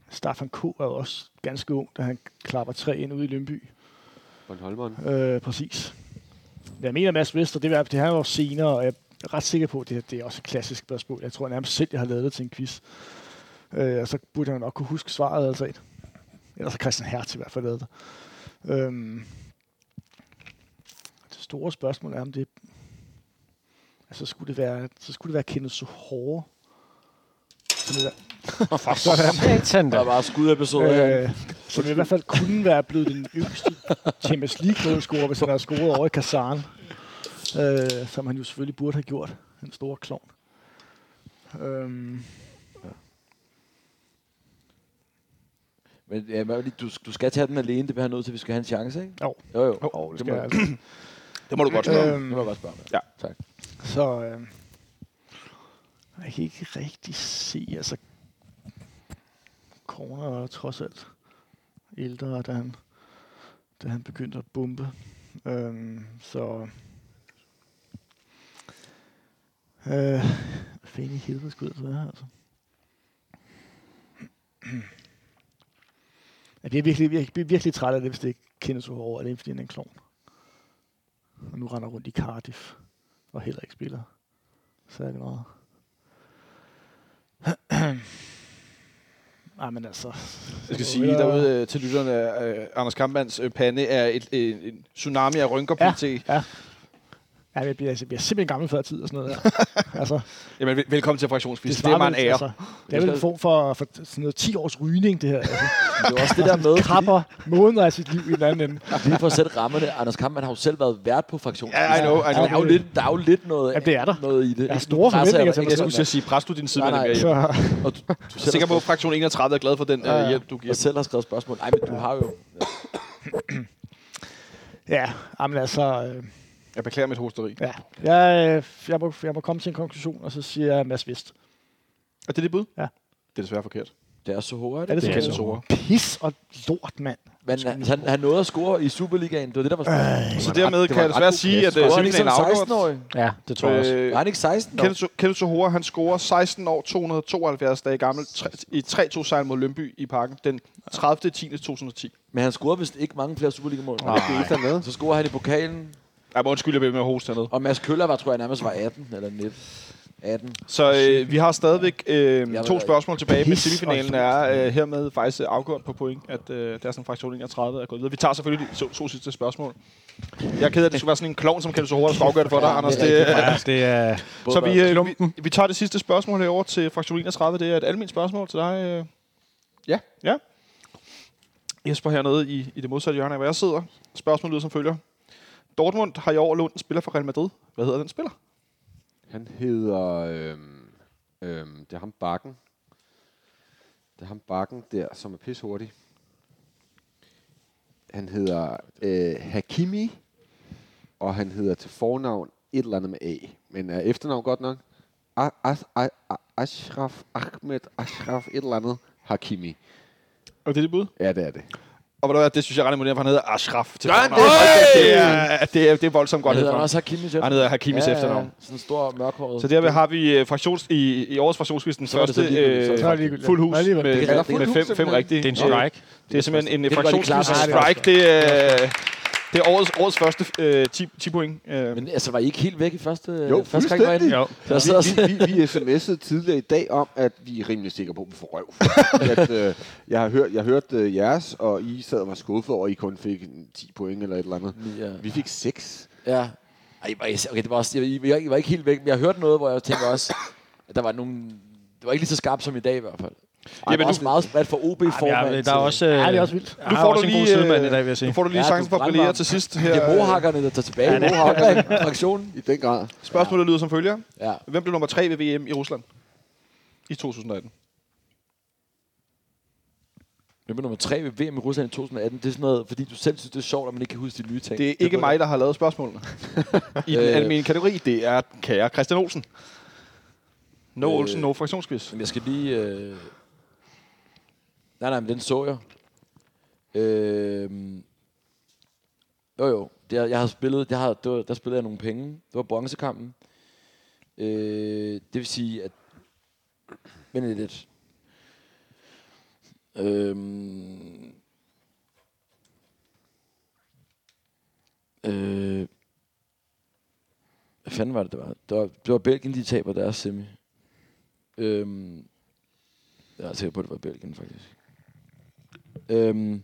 Staffan K. er jo også ganske ung, da han klapper tre ind ude i Lønby.
Bornholmeren.
Øh, præcis. Jeg mener Mads Vester, det, var, det her var senere, og jeg er ret sikker på, at det, her, det er også et klassisk spørgsmål. Jeg tror nærmest selv, jeg har lavet det til en quiz. Øh, og så burde jeg jo nok kunne huske svaret, altså et. Ellers har Christian Hertz i hvert fald lavet det. Øhm, det store spørgsmål er, om det... Altså, skulle det være, så skulle det være Kenneth Sohore. Som i, hver-
For satan
Der
da.
var bare skudepisoder. Øh,
øh, som i hvert fald kunne være blevet den yngste Champions League-målscorer, hvis han havde scoret over i Kazan. Øh, som han jo selvfølgelig burde have gjort. Den store klovn. Øhm,
men ja, men lige, du, du skal tage den alene, det bliver han nødt til, vi skal have en chance, ikke?
Jo.
Jo, jo.
Jo,
Oh,
det
det,
skal
må,
jeg altså.
Det må du godt spørge.
det
Øhm,
må jeg godt spørge om.
Ja.
Tak.
Så øh, jeg kan ikke rigtig se, altså Corner er trods alt ældre, da han, da han begyndte at bombe. Øhm, så øh, hvad fanden i helvede skulle det være, altså? Jeg bliver virkelig, virkelig, bliver virkelig træt af det, hvis det ikke kendes så hårdt, og det er fordi han er en klovn. Og nu render rundt i Cardiff og heller ikke spiller særlig meget. Nej, men altså...
Jeg skal sige derude øh, til lytterne, at øh, Anders Kampmanns øh, pande er et, øh, en tsunami af rynker
Ja.
pt. Ja.
Ja, jeg bliver, jeg bliver simpelthen gammel før tid og sådan noget der. altså,
Jamen, vel- velkommen til fraktionsfis. Det
svarer
er bare en
vel-
ære.
Altså, det er vel en form for, for sådan noget 10 års rygning, det her. Altså,
Men det er også det der med,
krabber måneder af sit liv i den anden ende.
fordi- lige for at sætte rammerne. Anders Kampmann har jo selv været vært på fraktion.
Ja, I know, I know.
Der er jo lidt, der er jo lidt noget,
Ja, det er der.
noget i det.
Jeg har
Ikke? Nu
store
presser
forventninger
dig
til mig
ikke
Jeg
selv.
skulle til at sige, pres du din side med
Nej, nej.
det
Så,
Jeg
sådan, Og du, du
er
selv,
sikker
har,
på, at fraktion 31 er glad for den
Ja,
øh,
ja.
hjælp, du giver.
og selv har skrevet spørgsmål. Nej, men du har jo...
ja, men altså... Øh,
Jeg beklager mit hosteri.
ja. Jeg, øh, jeg, må, jeg må komme til en konklusion, og så siger jeg Mads Vist.
Er det dit bud?
Ja.
Det er desværre forkert.
Det er så hårdt.
Er det,
Det er
det
Kæmpe
så
så-
store.
Pis og lort, mand.
Men han, han, han nåede at score i Superligaen. Det var det, der var spørgsmålet.
Så dermed
det
kan
var
jeg
ret
desværre sige,
god pres.
at øh,
Scorede han ikke
simpelthen er
som
afgjort.
16-årig?
Ja, det tror jeg også.
Øh,
Var han ikke 16 år?
Kenneth- Kenneth Sohora, han scorer 16 år 272 dage gammel tre- i 3-2 sejr mod Lønby i parken den 30. 10. 2010.
Men han scorede vist ikke mange flere Superliga-mål.
med.
Så scorede han i pokalen,
Ej, må undskylde, jeg blev med at hoste hernede.
og Mads Køller var, tror jeg, nærmest var 18 eller 19. 18.
Så øh, vi har stadigvæk øh,
ved
to
det.
spørgsmål tilbage, men
Pis
semifinalen
og
er øh, hermed faktisk øh, afgjort på point, at øh, deres fraktion 31 er gået videre. Vi tager selvfølgelig de to, to sidste spørgsmål. Jeg er ked af, at det skulle være sådan en klovn, som kan så hurtigt afgøre det for dig, Anders. Det, øh,
Ja, det er...
så vi, øh, vi, vi tager det sidste spørgsmål herover til fraktion 31. Det er et almindeligt spørgsmål til dig. Øh.
Ja.
Ja. Jesper hernede i, i det modsatte hjørne af, hvor jeg sidder. Spørgsmålet lyder som følger. Dortmund har i år lånt en spiller fra Real Madrid. Hvad hedder den spiller?
Han hedder... Øhm, øhm, det er ham Bakken. Det er ham Bakken der, som er pishurtig. Han hedder øh, Hakimi, og han hedder til fornavn et eller andet med A. Men er efternavn godt nok? A- A- A- A- Ashraf, Ahmed, Ashraf, et eller andet, Hakimi.
Og det er det bud.
Ja, det er det.
Og ved du hvad, det synes jeg er ret imponerende, for han hedder Ashraf. Til
Gør han
fornavn. det? er, det, er, det er voldsomt godt.
Han hedder
efternavn.
også Hakimi selv.
Han hedder Hakimis
Ja, ja,
efternavn.
Sådan en stor mørkhåret.
Så derved har vi øh, fraktions, i, i årets fraktionskvist den
Så var det
første
så ligegyldigt. Så var det
øh, fuld hus med,
Det er rigtigt.
med fem, fem
Det er
rigtige.
Det er en strike.
Øh, Det er simpelthen en
Det var de klare
fraktionskvist
svar.
strike. Det er, det er årets, årets første øh, 10, 10 point. Øh,
Men altså, var I ikke helt væk i første,
Jo,
første gang, var I den?
Jo.
Jeg sad og
Vi, vi, vi, vi sms'ede tidligere i dag om, at vi er rimelig sikre på, at vi får røv. at, øh, jeg har hørt, jeg hørte øh, jeres, og I sad og var skuffet over, at I kun fik en 10 point eller et eller andet.
Ja.
Vi fik 6.
Ja. Ej, var I- okay, det var også, jeg, jeg, jeg var ikke helt væk, men jeg hørte noget, hvor jeg tænkte også, at der var nogle... Det var ikke lige så skarpt som i dag i hvert fald. Ej,
Jamen,
det var også
nu-
meget spredt for OB-formand.
Ja, der er også... Øh,
Ja, det er også vildt.
Nu får du lige... en god
øh,
sidemand i dag, vil jeg
Nu
sige.
får du lige
Ja,
chancen
du
for at brillere
brænder.
til sidst.
Det er
Her.
mohakkerne, der tager tilbage. Ja, mohakkerne, fraktionen.
I den grad.
Spørgsmålet lyder som følger.
Ja.
Hvem blev nummer tre ved VM i Rusland? I 2018.
Nummer nummer tre ved VM i Rusland i 2018, det er sådan noget, fordi du selv synes, det er sjovt, at man ikke kan huske de nye ting.
Det er ikke mig, der har lavet spørgsmålene. I den
Øh.
almindelige kategori, det er kære Christian Olsen. No
Øh.
Olsen, no fraktionsquiz.
Jamen, jeg skal lige... Øh... Nej, nej, men den så jeg. Øh... Jo, jo. Det, jeg- jeg har spillet, det har, det var, der spillede jeg nogle penge. Det var bronzekampen. Øh, det vil sige, at... Vent lige lidt. Øh, Øhm, øh, hvad fanden var det, det var? Det var, det var Belgien, de taber deres semi. Øhm, jeg er sikker på, at det var Belgien, faktisk. Øhm,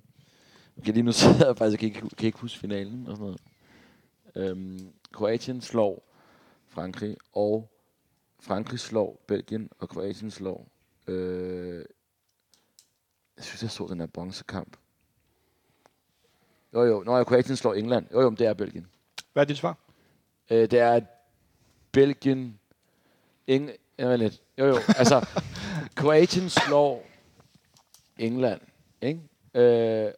okay, lige nu sidder jeg faktisk og kan ikke, kan ikke huske finalen og sådan noget. Øhm, Kroatien slår Frankrig, og Frankrig slår Belgien, og Kroatien slår... Øh, jeg synes, jeg så den her bronzekamp. Jo, jo. Nå, ja, Kroatien slår England. Jo, jo, men det er Belgien.
Hvad er dit svar?
Øh, det er at Belgien... Eng... Ja, vent lidt. Jo, jo. Altså, Kroatien slår England. Ikke? Øh...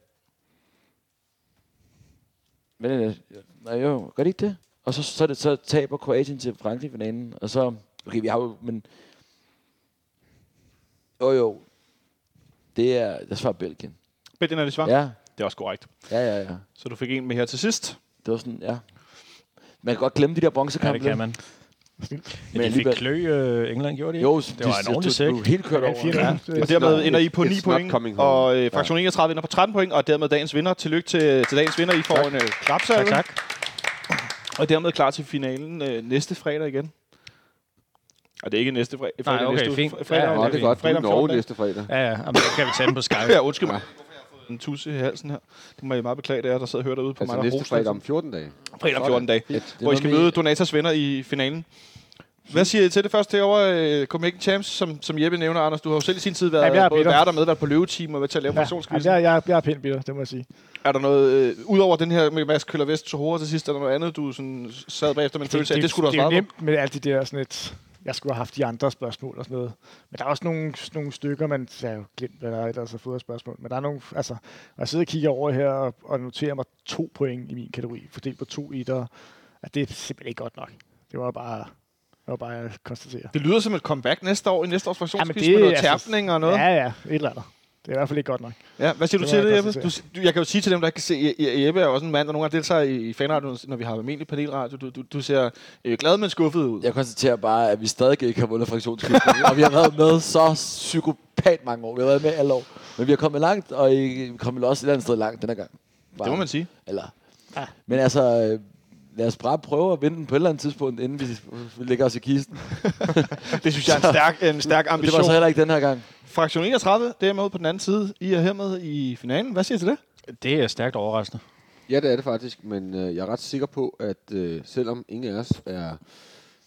Vent lidt. Nej, jo. Gør de ikke det? Og så, så, er det, så taber Kroatien til Frankrig i finalen. Og så... Okay, vi har jo... Men... Jo, jo. Det er... Jeg svarer Belgien.
Belgien er dit svar?
Ja.
Det er også korrekt.
Ja, ja, ja.
Så du fik en med her til sidst.
Det var sådan... Ja. Man kan godt glemme de der
Ja,
bronzekampe.
det kan man. Men de fik
alligevel-
klø øh, England, gjorde de ikke?
Jo, det,
var en ordentlig sæk.
Du, du helt kørt over.
Ja.
Og dermed
not-
ender I på
it's
9
not coming
point,
home.
og øh, fraktion 31 vinder på 13 point, og dermed dagens vinder. Tillykke til, til dagens vinder. I får en øh, klapsalve.
Tak, tak.
Og dermed klar til finalen øh, næste fredag igen. Og det er ikke næste fredag. fredag
okay,
næste uge.
fint.
Fre- Fredag,
Ja,
om-
Nå, det er godt.
Fredag
Fredag
om
Norge
14 dage.
næste fredag.
Ja, ja. Jamen, så kan vi tage den på Skype.
Ja, undskyld mig. En tusse i halsen her. Det må jeg meget beklage, det er, der sad og hørte derude på
Altså
mig. der
næste
hostede.
fredag om 14 dage.
fredag om 14 dage.
Ja, det er
Hvor I
noget
skal
med-
møde Donatas venner i finalen. Hvad siger I til det første herovre, uh, Copenhagen Champs, som, som Jeppe nævner, Anders? Du har jo selv i sin tid været
Jamen, jeg
ja,
er
både
bitter.
vært og medvært på løveteam og været til at lave ja,
Ja, altså, jeg, jeg, jeg er pænt bitter, det må jeg sige.
Er der noget, øh, udover den her med Mads Køller Vest til hovedet til sidst, er der noget andet, du sådan sad bagefter med en følelse af, det skulle du
det
have
er jo
svaret på?
nemt med alt det der sådan et, jeg skulle have haft de andre spørgsmål og sådan noget. Men der er også nogle, nogle stykker, man jeg har jo glemt, hvad der er ellers af fodboldspørgsmål. Men der er nogle, altså, når jeg sidder og kigger over her og, og noterer mig to point i min kategori, fordelt på to etter, at det er simpelthen ikke godt nok. Det var bare, det var bare at konstatere.
Det lyder som et comeback næste år, i næste års fraktionskvist
det
med noget
er altså-
tærpning og noget.
Ja, ja, et eller andet. Det er i hvert fald ikke godt nok.
Ja, hvad siger
Det
du
må
til
jeg
det, Jeppe? Du,
konstatere.
du, jeg kan jo sige til dem, der ikke kan se, Je- Je- Jeppe er jo også en mand, der nogle gange deltager i, i fanradioen, når vi har almindelig panelradio. Du, du, du ser øh, glad, men skuffet ud.
Jeg konstaterer bare, at vi stadig ikke har vundet fraktionsklubben, og vi har været med så psykopat mange år. Vi har været med alle år. Men vi har kommet langt, og I kom vel også et eller andet sted langt den her gang.
det må man sige.
Eller. Men altså, øh, lad os bare prøve at vinde den på et eller andet tidspunkt, inden vi vi lægger os i kisten.
Det synes jeg er en stærk, en stærk
Det
ambition.
var så heller ikke den her gang.
Fraktion 31, det er med ude på den anden side. I er hermed i finalen. Hvad siger I til det?
Det er stærkt overraskende.
Ja, det er det faktisk, men øh, jeg er ret sikker på, at øh, selvom ingen af os er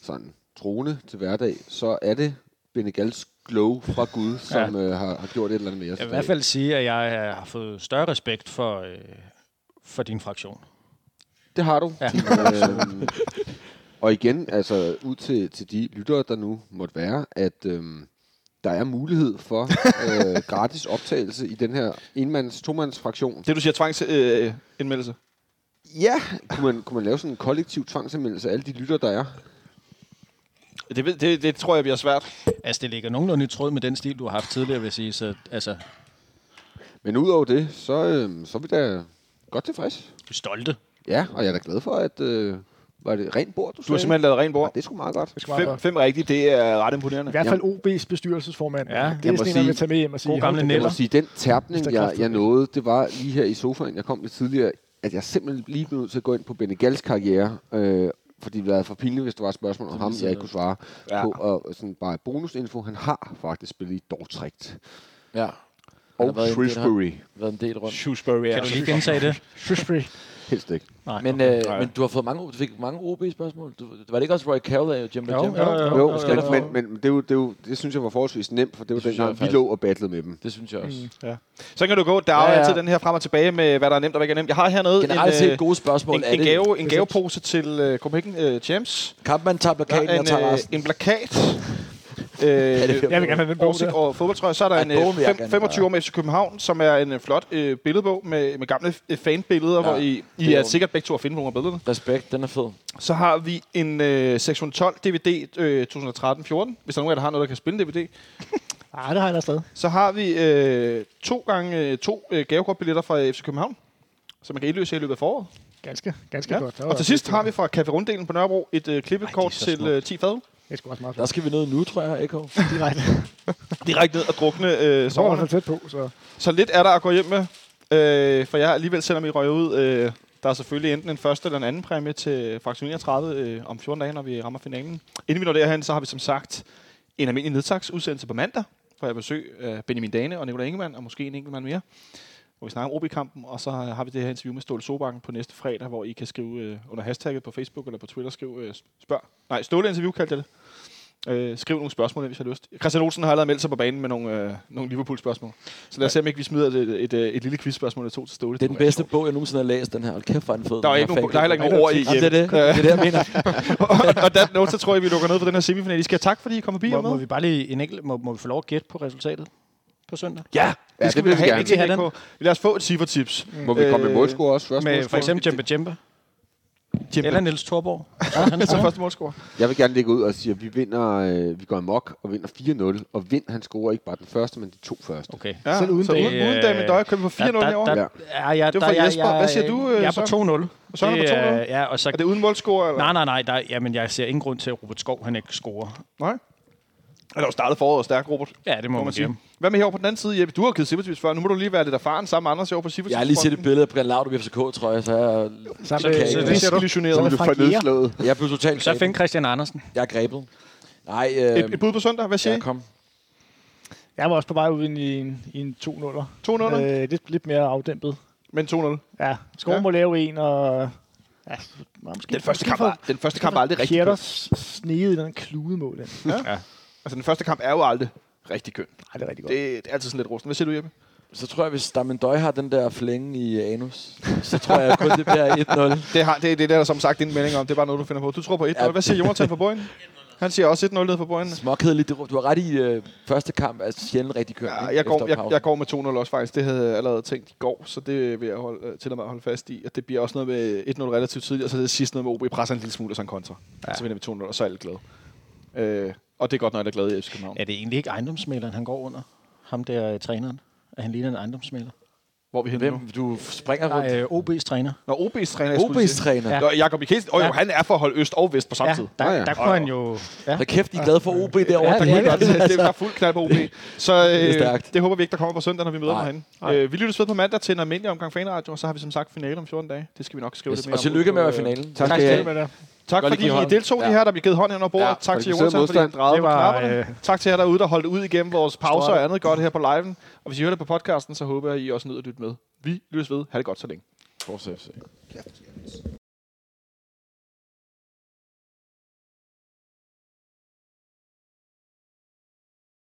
sådan troende til hverdag, så er det Benegals glow fra Gud, som øh, har, har gjort et eller andet med os.
Jeg vil i
i
hvert
dag.
fald sige, at jeg øh, har fået større respekt for, øh, for din fraktion.
Det har du.
Ja.
øhm, og igen, altså ud til, til de lyttere, der nu måtte være, at øhm, der er mulighed for øh, gratis optagelse i den her enmands tomands fraktion.
Det, du siger tvangsindmeldelse. Øh, indmeldelse.
Ja, kunne man, kunne man lave sådan en kollektiv tvangsindmeldelse af alle de lytter, der er?
Det, ved- det, det tror jeg bliver svært.
Altså, det ligger nogenlunde i tråd med den stil, du har haft tidligere, vil jeg sige. Så altså,
Men udover det, så, øh, så er vi da godt tilfreds.
du er stolte.
Ja, og jeg er da glad for, at... Øh, var det rent bord, du
Du har simpelthen lavet ren
Ja,
bord.
det er sgu meget godt.
Det skal meget
Fem,
godt.
fem rigtige, det er ret
I
imponerende.
hvert fald OB's bestyrelsesformand.
Ja,
det er
jeg må
sådan en, man
sige-
vil tage med hjem og sige.
God gamle
hold da
Jeg må
Eller-
sige, den
Mr.
tærpning, jeg,
Kraftfuldt.
jeg nåede, det var lige her i sofaen, jeg kom lidt tidligere, at jeg simpelthen lige blev nødt til at gå ind på Benegals karriere, øh, fordi det havde været for pinligt, hvis der var et spørgsmål om ham, jeg ikke kunne svare
Ja.
ja. på. Og sådan bare bonusinfo, han har faktisk spillet i Dortrecht.
Ja.
Og Shrewsbury.
været en del rundt.
Shrewsbury er
Kan du lige gentage det?
Shrewsbury.
Helst ikke.
Nej,
Men, øh, men du har fået mange, du fik mange OB-spørgsmål. Du, var det ikke også Roy Carroll og Jim
Jo,
Jim?
jo, jo.
Jo, jo,
jo,
jo,
jo.
men, men det, er jo, det, er jo, det synes jeg var forholdsvis nemt, for det var
Det synes jeg
dengang, vi
faktisk.
lå og battlede med dem.
Det synes
Mm.
jeg også.
Så kan du gå. Der er
Ja,
ja,
ja.
ja. altid den her frem og tilbage med, hvad der er nemt og hvad der ikke er nemt. Jeg har hernede
Generelt
en, øh,
set gode spørgsmål.
en,
er
en,
det.
gave, en gavepose til uh, Copenhagen uh, Champs.
Kampmann tager
Der
plakaten
er
og
en,
tager
øh,
resten.
en plakat.
det-
Øh,
Jeg vil gerne have den bog
oversigt
der.
over fodboldtrøjer. Så er der
Ej,
en
bogen vil jeg
øh,
gerne
fem- 25 år med FC København, som er en øh, flot øh, billedbog med, med gamle øh, fanbilleder,
Ja,
hvor I,
det
I
er
er
jo-
sikkert begge to at finde nogle af billederne.
Respekt, den er fed.
Så har vi en øh, 612 DVD øh, 2013-14, hvis der er nogen af jer, der har noget, der kan spille DVD.
Ah, det har jeg da stadig.
Så har vi øh, to gange øh, to øh, gavekortbilletter fra FC København, som man kan indløse her i løbet af foråret.
Ganske, ganske
Ja.
godt. Der var
Og til sidst har vi fra Café Runddelen på Nørrebro et øh, klippekort
Ej, det er så
til øh, 10 fad.
Det er sgu også meget
Der
flot.
skal vi ned nu, tror jeg, Eko.
Direkte.
Direkte ned og drukne øh,
Så var
soverne.
han tæt på, så...
Så lidt er der at gå hjem med, øh, for jeg alligevel, selvom I røg ud, øh, der er selvfølgelig enten en første eller en anden præmie til Fraktion 39 øh, om 14 dage, når vi rammer finalen. Inden vi når derhen, så har vi som sagt en almindelig nedsagsudsendelse på mandag, hvor jeg besøg øh, Benjamin Dane og Nicolai Ingemann, og måske en Ingemann mere, hvor vi snakker om OB-kampen, og så har vi det her interview med Ståle Sobakken på næste fredag, hvor I kan skrive øh, under hashtagget på Facebook eller på Twitter, skriv øh, spørg. Nej, Ståle Interview kaldte jeg det. Øh, skriv nogle spørgsmål, hvis I har lyst. Christian Olsen har allerede meldt sig på banen med nogle, øh, nogle Liverpool-spørgsmål. Så lad os se, om ikke vi smider et, et, et, øh, et lille quizspørgsmål eller to til Ståle.
Det er den bedste bog, jeg nogensinde har læst, den her. Hold kæft, hvor er den fed.
Der er,
den
ikke
her
nogen, der er heller ikke
fan-
nogen ord i
Jamen, det er
hjemme.
det. Det er det, jeg mener.
og, og den note, så tror jeg, vi lukker ned for den her semifinal. I skal have tak, fordi I kom forbi
Må,
og
må
med.
vi bare lige en enkelt, må, må vi få lov at gætte på resultatet på søndag?
Ja,
Ja,
det skal
det
vi
vil
da
vi
have.
gerne.
Vi skal
Vil I
have
have
den. Lad os få et cifretips.
Må vi komme med
Øh,
målscore også? Første
med
For
målscore?
eksempel Jemba Jemba. Eller
Eller
Niels Thorborg.
som første målscorer.
Jeg vil gerne lægge ud og sige, at vi vinder, øh, vi går amok og vinder 4-0. Og vind, han scorer ikke bare den første, men de to første.
Okay.
Ja,
Selv uden
så øh,
Dame.
uden, uden Dame Døje køber på 4-0
Der-
herovre.
der- Ja, ja,
Det var
der-
fra
jeg-
Jesper.
jeg-
Hvad siger du, øh,
Jeg er på
Søren?
2-0.
Så er der på
Det øh,
2-0.
Ja, og så...
Er det uden målscorer? Eller?
Nej, nej, nej. Der, jamen, jeg ser ingen grund til, at Robert Skov han ikke scorer.
Nej. Han har jo startet foråret stærk, Robert.
Ja, det må,
Må man sige.
sige.
Hvad med herovre på den anden side, Jeppe? Du har givet Sibbertips før. Nu må du lige være lidt erfaren sammen med Anders herovre på Sibbertips.
Jeg har lige set et billede af Brian Laudrup i FCK-trøje, så jeg,
Sammen
Okay,
med,
så
Så
det
det
med,
ser du
Så er
illusioneret.
det Frank Jæger.
Lød.
jeg blev totalt
Så
grebet.
find Christian Andersen.
Jeg er grebet. Nej, øh,
Et, et bud på søndag. Hvad siger
jeg
I?
kom.
Jeg var også på vej ud i en, i en 2-0'er.
2-0, øh.
Øh, lidt, lidt mere afdæmpet.
men 2-0.
Ja, Skov
Ja.
må lave en, og... Ja, måske,
Den første kamp,
var
var, den første kamp er aldrig rigtig køn.
Pjetter snede i den kludemål. Den. Nej,
Altså, den første kamp er jo aldrig rigtig køn.
det er rigtig godt.
Det, det er altid sådan lidt rusten. Hvad siger du, Jeppe?
Så tror jeg, hvis Damendøj har den der flænge i øh, anus, så tror jeg kun, det bliver 1-0.
Det, har, det, er det der, der som sagt, din melding om. Det er bare noget, du finder på. Du tror på 1-0.
Ja.
Hvad siger Jonathan fra Borgen? Han siger også 1-0 ned fra Borgen.
Småkedeligt. det- Du har ret i øh, første kamp, altså sjældent rigtig kørt.
Ja,
ikke?
jeg, går,
Efter
jeg,
pausen.
jeg går med 2-0 også faktisk. Det havde jeg allerede tænkt i går, så det vil jeg holde, øh, til og med holde fast i. At det bliver også noget med 1-0 relativt tidligt, og så det sidste noget med OB presser en lille smule og så en kontra. Ja. Så vinder vi 2-0, og så er alle glade. Øh, og det er godt, når alle er glade i FC København. Ja.
Er det egentlig ikke ejendomsmaleren, han går under? Ham der øh, træneren? Er han ligner en ejendomsmaler?
Hvor er vi henne nu?
Hvem? Du springer rundt.
Nej, øh, OB's træner.
Nå, OB's træner, jeg skulle lige
OB's
sige.
træner.
Ja.
Ja.
Nå, Jakob Mikkelsen. Åh, jo,
Ja.
han er for at holde øst og vest på samme
Ja,
tid.
der,
Nå ja.
der kunne han jo... Ja.
Hold kæft, de er glade for OB derovre.
Der
Ja,
Ja, det
kunne
er
vi godt, Altså.
godt.
det, det er fuld knald på OB. Så
Det er
øh,
stærkt.
det håber vi ikke, der kommer på søndag, når vi møder
Nej.
dem herinde. Øh, vi lytter ved på mandag til en almindelig omgang fanradio, og så har vi som sagt finale om 14 dage. Det skal vi nok skrive lidt mere
Og
om.
tillykke med at være i
Øh,
finalen.
Tak
Tak
skal I
til
have.
med det.
Tak
Godt lige
fordi
give
I
hånd.
deltog lige
Ja.
her, der blev givet hånd hen over bordet.
Ja,
Ja, tak
og
til
vi sidder
Jonathan, fordi han
modstand.
drejede
Det
på
var,
knapperne.
øh,
Tak til jer derude, der holdt ud igennem vores pauser og andet godt her på liven. Og hvis I hører det på podcasten, så håber jeg, I også nyder at lytte med. Vi lyttes ved. Ha' det godt så længe.
Fortsæt.
Kæft,